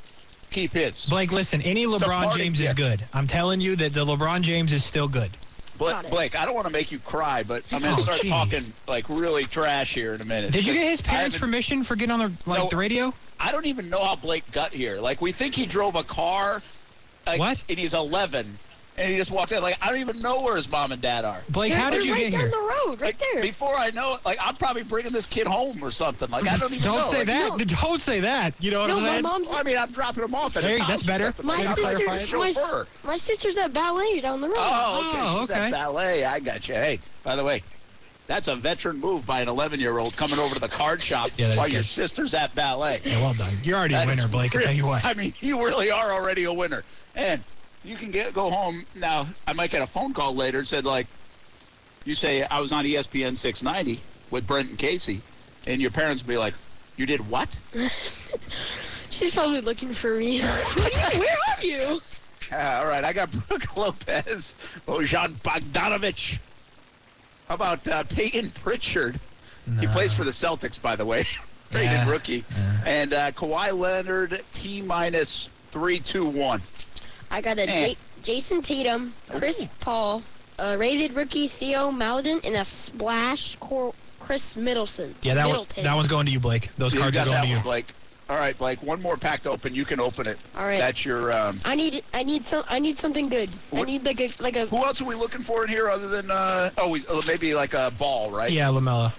[SPEAKER 5] keep his.
[SPEAKER 6] Blake, listen, any
[SPEAKER 5] a
[SPEAKER 6] LeBron
[SPEAKER 5] party
[SPEAKER 6] James is
[SPEAKER 5] gift.
[SPEAKER 6] good. I'm telling you that the LeBron James is still good.
[SPEAKER 10] Got
[SPEAKER 5] Blake,
[SPEAKER 10] it.
[SPEAKER 5] Blake, I don't want to make you cry, but I'm going to
[SPEAKER 6] Oh,
[SPEAKER 5] start
[SPEAKER 6] jeez.
[SPEAKER 5] talking, like, really trash here in a minute.
[SPEAKER 6] Did you
[SPEAKER 5] Because
[SPEAKER 6] get his
[SPEAKER 5] I
[SPEAKER 6] parents
[SPEAKER 5] haven't-
[SPEAKER 6] permission for getting on the like
[SPEAKER 5] No.
[SPEAKER 6] the radio?
[SPEAKER 5] I don't even know how Blake got here. Like, we think he drove a car. Like,
[SPEAKER 6] What?
[SPEAKER 5] And he's 11. And he just walked in. Like, I don't even know where his mom and dad are.
[SPEAKER 6] Blake,
[SPEAKER 10] They're-
[SPEAKER 6] how did
[SPEAKER 10] they're
[SPEAKER 6] you
[SPEAKER 10] right
[SPEAKER 6] get
[SPEAKER 10] down
[SPEAKER 6] here?
[SPEAKER 10] the road, right
[SPEAKER 5] Like,
[SPEAKER 10] there.
[SPEAKER 5] Before I know it, like, I'm probably bringing this kid home or something. Like, I don't even know.
[SPEAKER 6] Don't say
[SPEAKER 5] Like,
[SPEAKER 6] that.
[SPEAKER 10] no.
[SPEAKER 6] Don't say that. You know what
[SPEAKER 10] no,
[SPEAKER 6] I'm
[SPEAKER 10] my
[SPEAKER 6] saying?
[SPEAKER 10] mom's
[SPEAKER 5] Well, I mean, I'm dropping him off at his
[SPEAKER 6] Hey,
[SPEAKER 5] house.
[SPEAKER 6] that's
[SPEAKER 5] or
[SPEAKER 6] better.
[SPEAKER 5] something.
[SPEAKER 10] My
[SPEAKER 5] I'm not
[SPEAKER 10] sister-
[SPEAKER 5] clarifying.
[SPEAKER 10] my s-
[SPEAKER 5] Chauffeur.
[SPEAKER 10] My sister's at ballet down the road.
[SPEAKER 5] Oh, okay.
[SPEAKER 6] Oh,
[SPEAKER 5] She's
[SPEAKER 6] okay.
[SPEAKER 5] at ballet. I got you. Hey, by the way, that's a veteran move by an 11 year old coming over to the card shop
[SPEAKER 6] Yeah, that's
[SPEAKER 5] while your
[SPEAKER 6] good.
[SPEAKER 5] sister's at ballet.
[SPEAKER 6] Yeah, well done. You're already a
[SPEAKER 5] That is
[SPEAKER 6] winner, Blake. I tell you what.
[SPEAKER 5] I mean, you really are already a winner. And you can get go home now. I might get a phone call later said like, you say I was on E ESPN 690 with Brent and Casey, and your parents would be like, you did what?
[SPEAKER 10] She's probably looking for
[SPEAKER 5] [LAUGHS]
[SPEAKER 10] me. Where are you?
[SPEAKER 5] Ah, all right, I got [LAUGHS] Brooke Lopez, Bojan Bogdanovic. How about uh, Peyton Pritchard? He plays for the Celtics, by the way, [LAUGHS] rated
[SPEAKER 6] Yeah.
[SPEAKER 5] rookie. And uh, Kawhi Leonard, T minus three, two, one.
[SPEAKER 10] I got a
[SPEAKER 5] Eh.
[SPEAKER 10] Ja- Jason Tatum, Chris Paul, a rated rookie Theo Maladin, and a splash cor- Chris Middleton.
[SPEAKER 6] Yeah, that one,
[SPEAKER 10] Middleton.
[SPEAKER 6] that one's going to you, Blake. Those
[SPEAKER 5] You
[SPEAKER 6] cards
[SPEAKER 5] got
[SPEAKER 6] are going
[SPEAKER 5] that
[SPEAKER 6] to you.
[SPEAKER 5] one, Blake. All right, Blake. One more pack to open. You can open it.
[SPEAKER 10] All right.
[SPEAKER 5] That's your. Um,
[SPEAKER 10] I need I need some I need something good. I
[SPEAKER 5] What-
[SPEAKER 10] need like a like a
[SPEAKER 5] who else are we looking for in here other than? Uh, oh, we, uh, maybe like a ball, right?
[SPEAKER 6] Yeah, Lamella.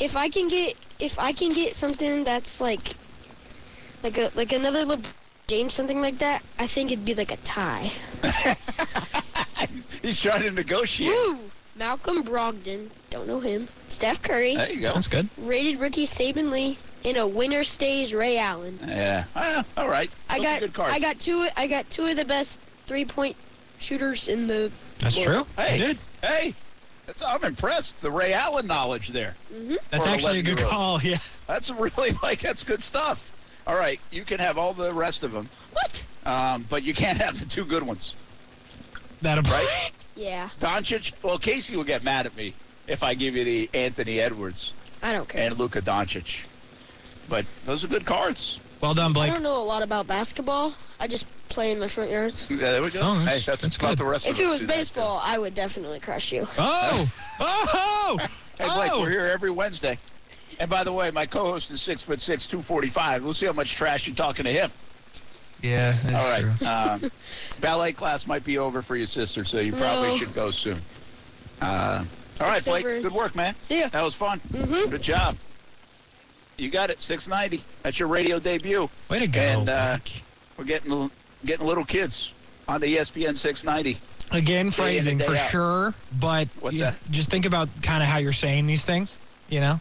[SPEAKER 10] if I can get if I can get something that's like like a like another LeBron James something like that, I think it'd be like a tie.
[SPEAKER 5] [LAUGHS] He's, he's trying to negotiate.
[SPEAKER 10] Woo! Malcolm Brogdon, don't know him. Steph Curry,
[SPEAKER 5] There you go.
[SPEAKER 6] That's good.
[SPEAKER 10] rated rookie Saban Lee, and a winner stays Ray Allen.
[SPEAKER 5] Yeah. Ah, all right.
[SPEAKER 10] I
[SPEAKER 5] Those are
[SPEAKER 10] got
[SPEAKER 5] good cards.
[SPEAKER 10] I got two I got two of the best three point shooters in the
[SPEAKER 6] That's true.
[SPEAKER 5] Hey.
[SPEAKER 6] You did.
[SPEAKER 5] Hey, that's I'm impressed. The Ray Allen knowledge there.
[SPEAKER 6] That's
[SPEAKER 5] Or an
[SPEAKER 6] actually a good
[SPEAKER 5] 11-year-old.
[SPEAKER 6] call. Yeah. [LAUGHS]
[SPEAKER 5] That's really [LAUGHS] like that's good stuff. All right, you can have all the rest of them,
[SPEAKER 10] What?
[SPEAKER 5] um, but you can't have the two good ones,
[SPEAKER 6] That'll
[SPEAKER 5] right?
[SPEAKER 10] Yeah,
[SPEAKER 5] Doncic. Well, Casey will get mad at me if I give you the Anthony Edwards
[SPEAKER 10] I don't care.
[SPEAKER 5] and Luka Doncic, but those are good cards.
[SPEAKER 6] [LAUGHS] Well done,
[SPEAKER 10] I
[SPEAKER 5] [LAUGHS]
[SPEAKER 6] Blake.
[SPEAKER 10] don't know a lot about basketball. I just play in my front yards.
[SPEAKER 5] Yeah, there we go.
[SPEAKER 6] Oh, that's-
[SPEAKER 5] hey, that's,
[SPEAKER 6] that's
[SPEAKER 5] about
[SPEAKER 6] good.
[SPEAKER 5] the rest of
[SPEAKER 10] If it
[SPEAKER 5] us
[SPEAKER 10] was
[SPEAKER 5] do that, too.
[SPEAKER 10] baseball, I would definitely crush you.
[SPEAKER 6] Oh. Oh.
[SPEAKER 5] Hey, Blake,
[SPEAKER 6] Oh.
[SPEAKER 5] we're here every Wednesday. And by the way, my co-host is six foot six, two forty-five. We'll see how much trash you're talking to him.
[SPEAKER 6] Yeah. That's
[SPEAKER 5] All right.
[SPEAKER 6] True.
[SPEAKER 5] Um, ballet class might be over for your sister, so you probably
[SPEAKER 10] No.
[SPEAKER 5] should go soon. Uh, all right,
[SPEAKER 10] It's
[SPEAKER 5] Blake.
[SPEAKER 10] over.
[SPEAKER 5] Good work, man.
[SPEAKER 10] See ya.
[SPEAKER 5] That was fun.
[SPEAKER 10] Mhm.
[SPEAKER 5] Good job. You got it. 690. That's your radio debut.
[SPEAKER 6] Way to go.
[SPEAKER 5] And uh, we're getting getting little kids on the E ESPN 690.
[SPEAKER 6] Again,
[SPEAKER 5] day in and
[SPEAKER 6] phrasing
[SPEAKER 5] day
[SPEAKER 6] for
[SPEAKER 5] out.
[SPEAKER 6] sure, but
[SPEAKER 5] What's
[SPEAKER 6] you-
[SPEAKER 5] that?
[SPEAKER 6] just think about kind of how you're saying these things, you know?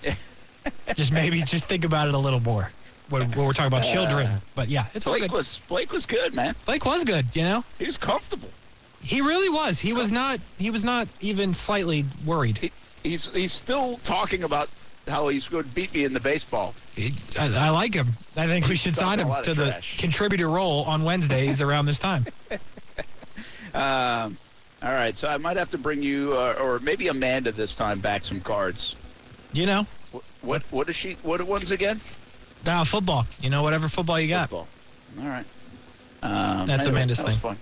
[SPEAKER 6] just maybe just think about it a little more when, when we're talking about children. But yeah, it's all
[SPEAKER 5] Uh, Blake
[SPEAKER 6] good.
[SPEAKER 5] was Blake was good, man.
[SPEAKER 6] Blake was good, you know?
[SPEAKER 5] He was comfortable.
[SPEAKER 6] He really was. He was not he was not even slightly worried.
[SPEAKER 5] He, he's he's still talking about how he's going to beat me in the baseball.
[SPEAKER 6] He- I, I like him. I think we should sign
[SPEAKER 5] talking a
[SPEAKER 6] him
[SPEAKER 5] lot
[SPEAKER 6] to
[SPEAKER 5] of
[SPEAKER 6] the
[SPEAKER 5] trash.
[SPEAKER 6] contributor role on Wednesdays around this time.
[SPEAKER 5] Um, all right, so I might have to bring you, uh, or maybe Amanda this time, back some cards.
[SPEAKER 6] You know?
[SPEAKER 5] Wh- What what is she? What ones again?
[SPEAKER 6] Ah, football. You know, whatever football you got.
[SPEAKER 5] Football. All right. Um,
[SPEAKER 6] That's Amanda's
[SPEAKER 5] that was
[SPEAKER 6] thing.
[SPEAKER 5] Fun.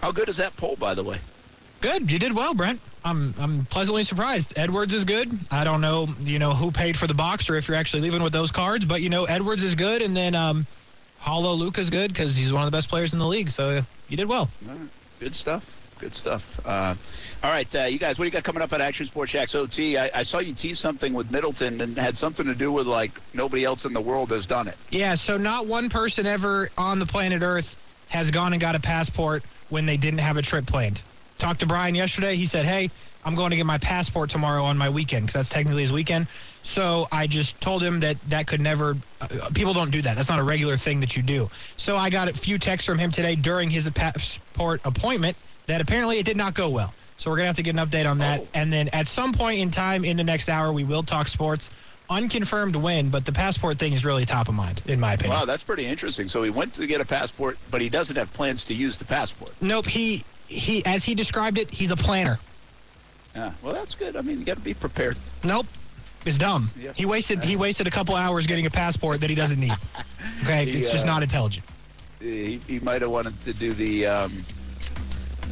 [SPEAKER 5] How good is that poll, by the way?
[SPEAKER 6] Good. You did well, Brent. I'm I'm pleasantly surprised. Edwards is good. I don't know, you know, who paid for the box or if you're actually leaving with those cards, but you know, Edwards is good, and then um, Hollow Luca's good because he's one of the best players in the league. So you did well.
[SPEAKER 5] Good stuff. Good stuff. Uh, all right, uh, you guys, what do you got coming up at Action Sports Shacks OT? I, I saw you tease something with Middleton and had something to do with like nobody else in the world has done it.
[SPEAKER 6] Yeah. So not one person ever on the planet Earth has gone and got a passport when they didn't have a trip planned. Talked to Brian yesterday. He said, "Hey, I'm going to get my passport tomorrow on my weekend because that's technically his weekend." So I just told him that that could never. Uh, people don't do that. That's not a regular thing that you do. So I got a few texts from him today during his passport appointment that apparently it did not go well. So we're gonna have to get an update on
[SPEAKER 5] Oh.
[SPEAKER 6] that, and then at some point in time in the next hour, we will talk sports. Unconfirmed win, but the passport thing is really top of mind, in my opinion.
[SPEAKER 5] Wow, that's pretty interesting. So he went to get a passport, but he doesn't have plans to use the passport.
[SPEAKER 6] Nope. He he, as he described it, he's a planner.
[SPEAKER 5] Yeah, well, that's good. I mean, you got to be prepared.
[SPEAKER 6] Nope. It's dumb.
[SPEAKER 5] Yeah.
[SPEAKER 6] He wasted he wasted a couple hours getting a passport that he doesn't
[SPEAKER 5] [LAUGHS]
[SPEAKER 6] need. Okay,
[SPEAKER 5] He,
[SPEAKER 6] it's just
[SPEAKER 5] uh,
[SPEAKER 6] not intelligent.
[SPEAKER 5] He, he might have wanted to do the um,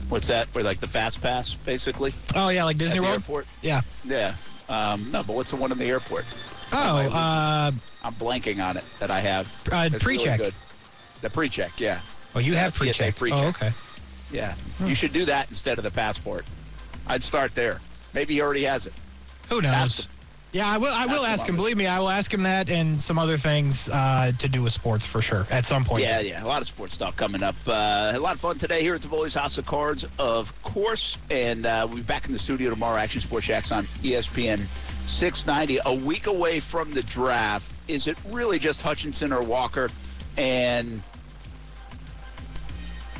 [SPEAKER 5] what's that? Where like the fast pass, basically,
[SPEAKER 6] Oh yeah, like
[SPEAKER 5] at
[SPEAKER 6] Disney
[SPEAKER 5] the
[SPEAKER 6] World.
[SPEAKER 5] airport.
[SPEAKER 6] Yeah.
[SPEAKER 5] Yeah. Um, no, but what's the one in the airport?
[SPEAKER 6] Oh, uh,
[SPEAKER 5] I'm blanking on it that I have.
[SPEAKER 6] Uh,
[SPEAKER 5] That's
[SPEAKER 6] pre-check.
[SPEAKER 5] Really good. The pre-check, yeah,
[SPEAKER 6] oh, you have
[SPEAKER 5] TSA
[SPEAKER 6] pre-check.
[SPEAKER 5] pre-check.
[SPEAKER 6] Oh, okay.
[SPEAKER 5] yeah.
[SPEAKER 6] Hmm.
[SPEAKER 5] You should do that instead of the passport. I'd start there. Maybe he already has it.
[SPEAKER 6] Who knows?
[SPEAKER 5] Ask him.
[SPEAKER 6] yeah, I will. I
[SPEAKER 5] Ask
[SPEAKER 6] will
[SPEAKER 5] him
[SPEAKER 6] ask him.
[SPEAKER 5] about it.
[SPEAKER 6] Believe me, I will ask him that and some other things uh, to do with sports for sure at some point.
[SPEAKER 5] Yeah, yeah. A lot of sports stuff coming up. Uh, a lot of fun today here at the Bullies House of Cards, of course. And uh, we'll be back in the studio tomorrow. Action Sports Shacks on E ESPN 690. A week away from the draft. Is it really just Hutchinson or Walker? And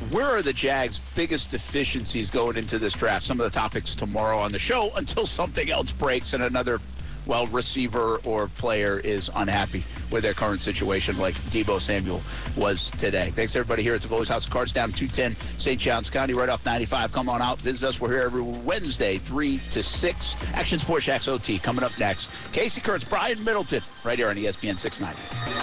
[SPEAKER 5] where are the Jags' biggest deficiencies going into this draft? Some of the topics tomorrow on the show [LAUGHS] until something else breaks and another, well, receiver or player is unhappy with their current situation, like Debo Samuel was today. Thanks, everybody, here at the Bullies House of Cards, down 210 St. John's County, right off 95. Come on out, visit us. We're here every Wednesday, 3 to 6. E Action Sports Shacks OT coming up next. Casey Kurtz, Brian Middleton, right here on ESPN 690.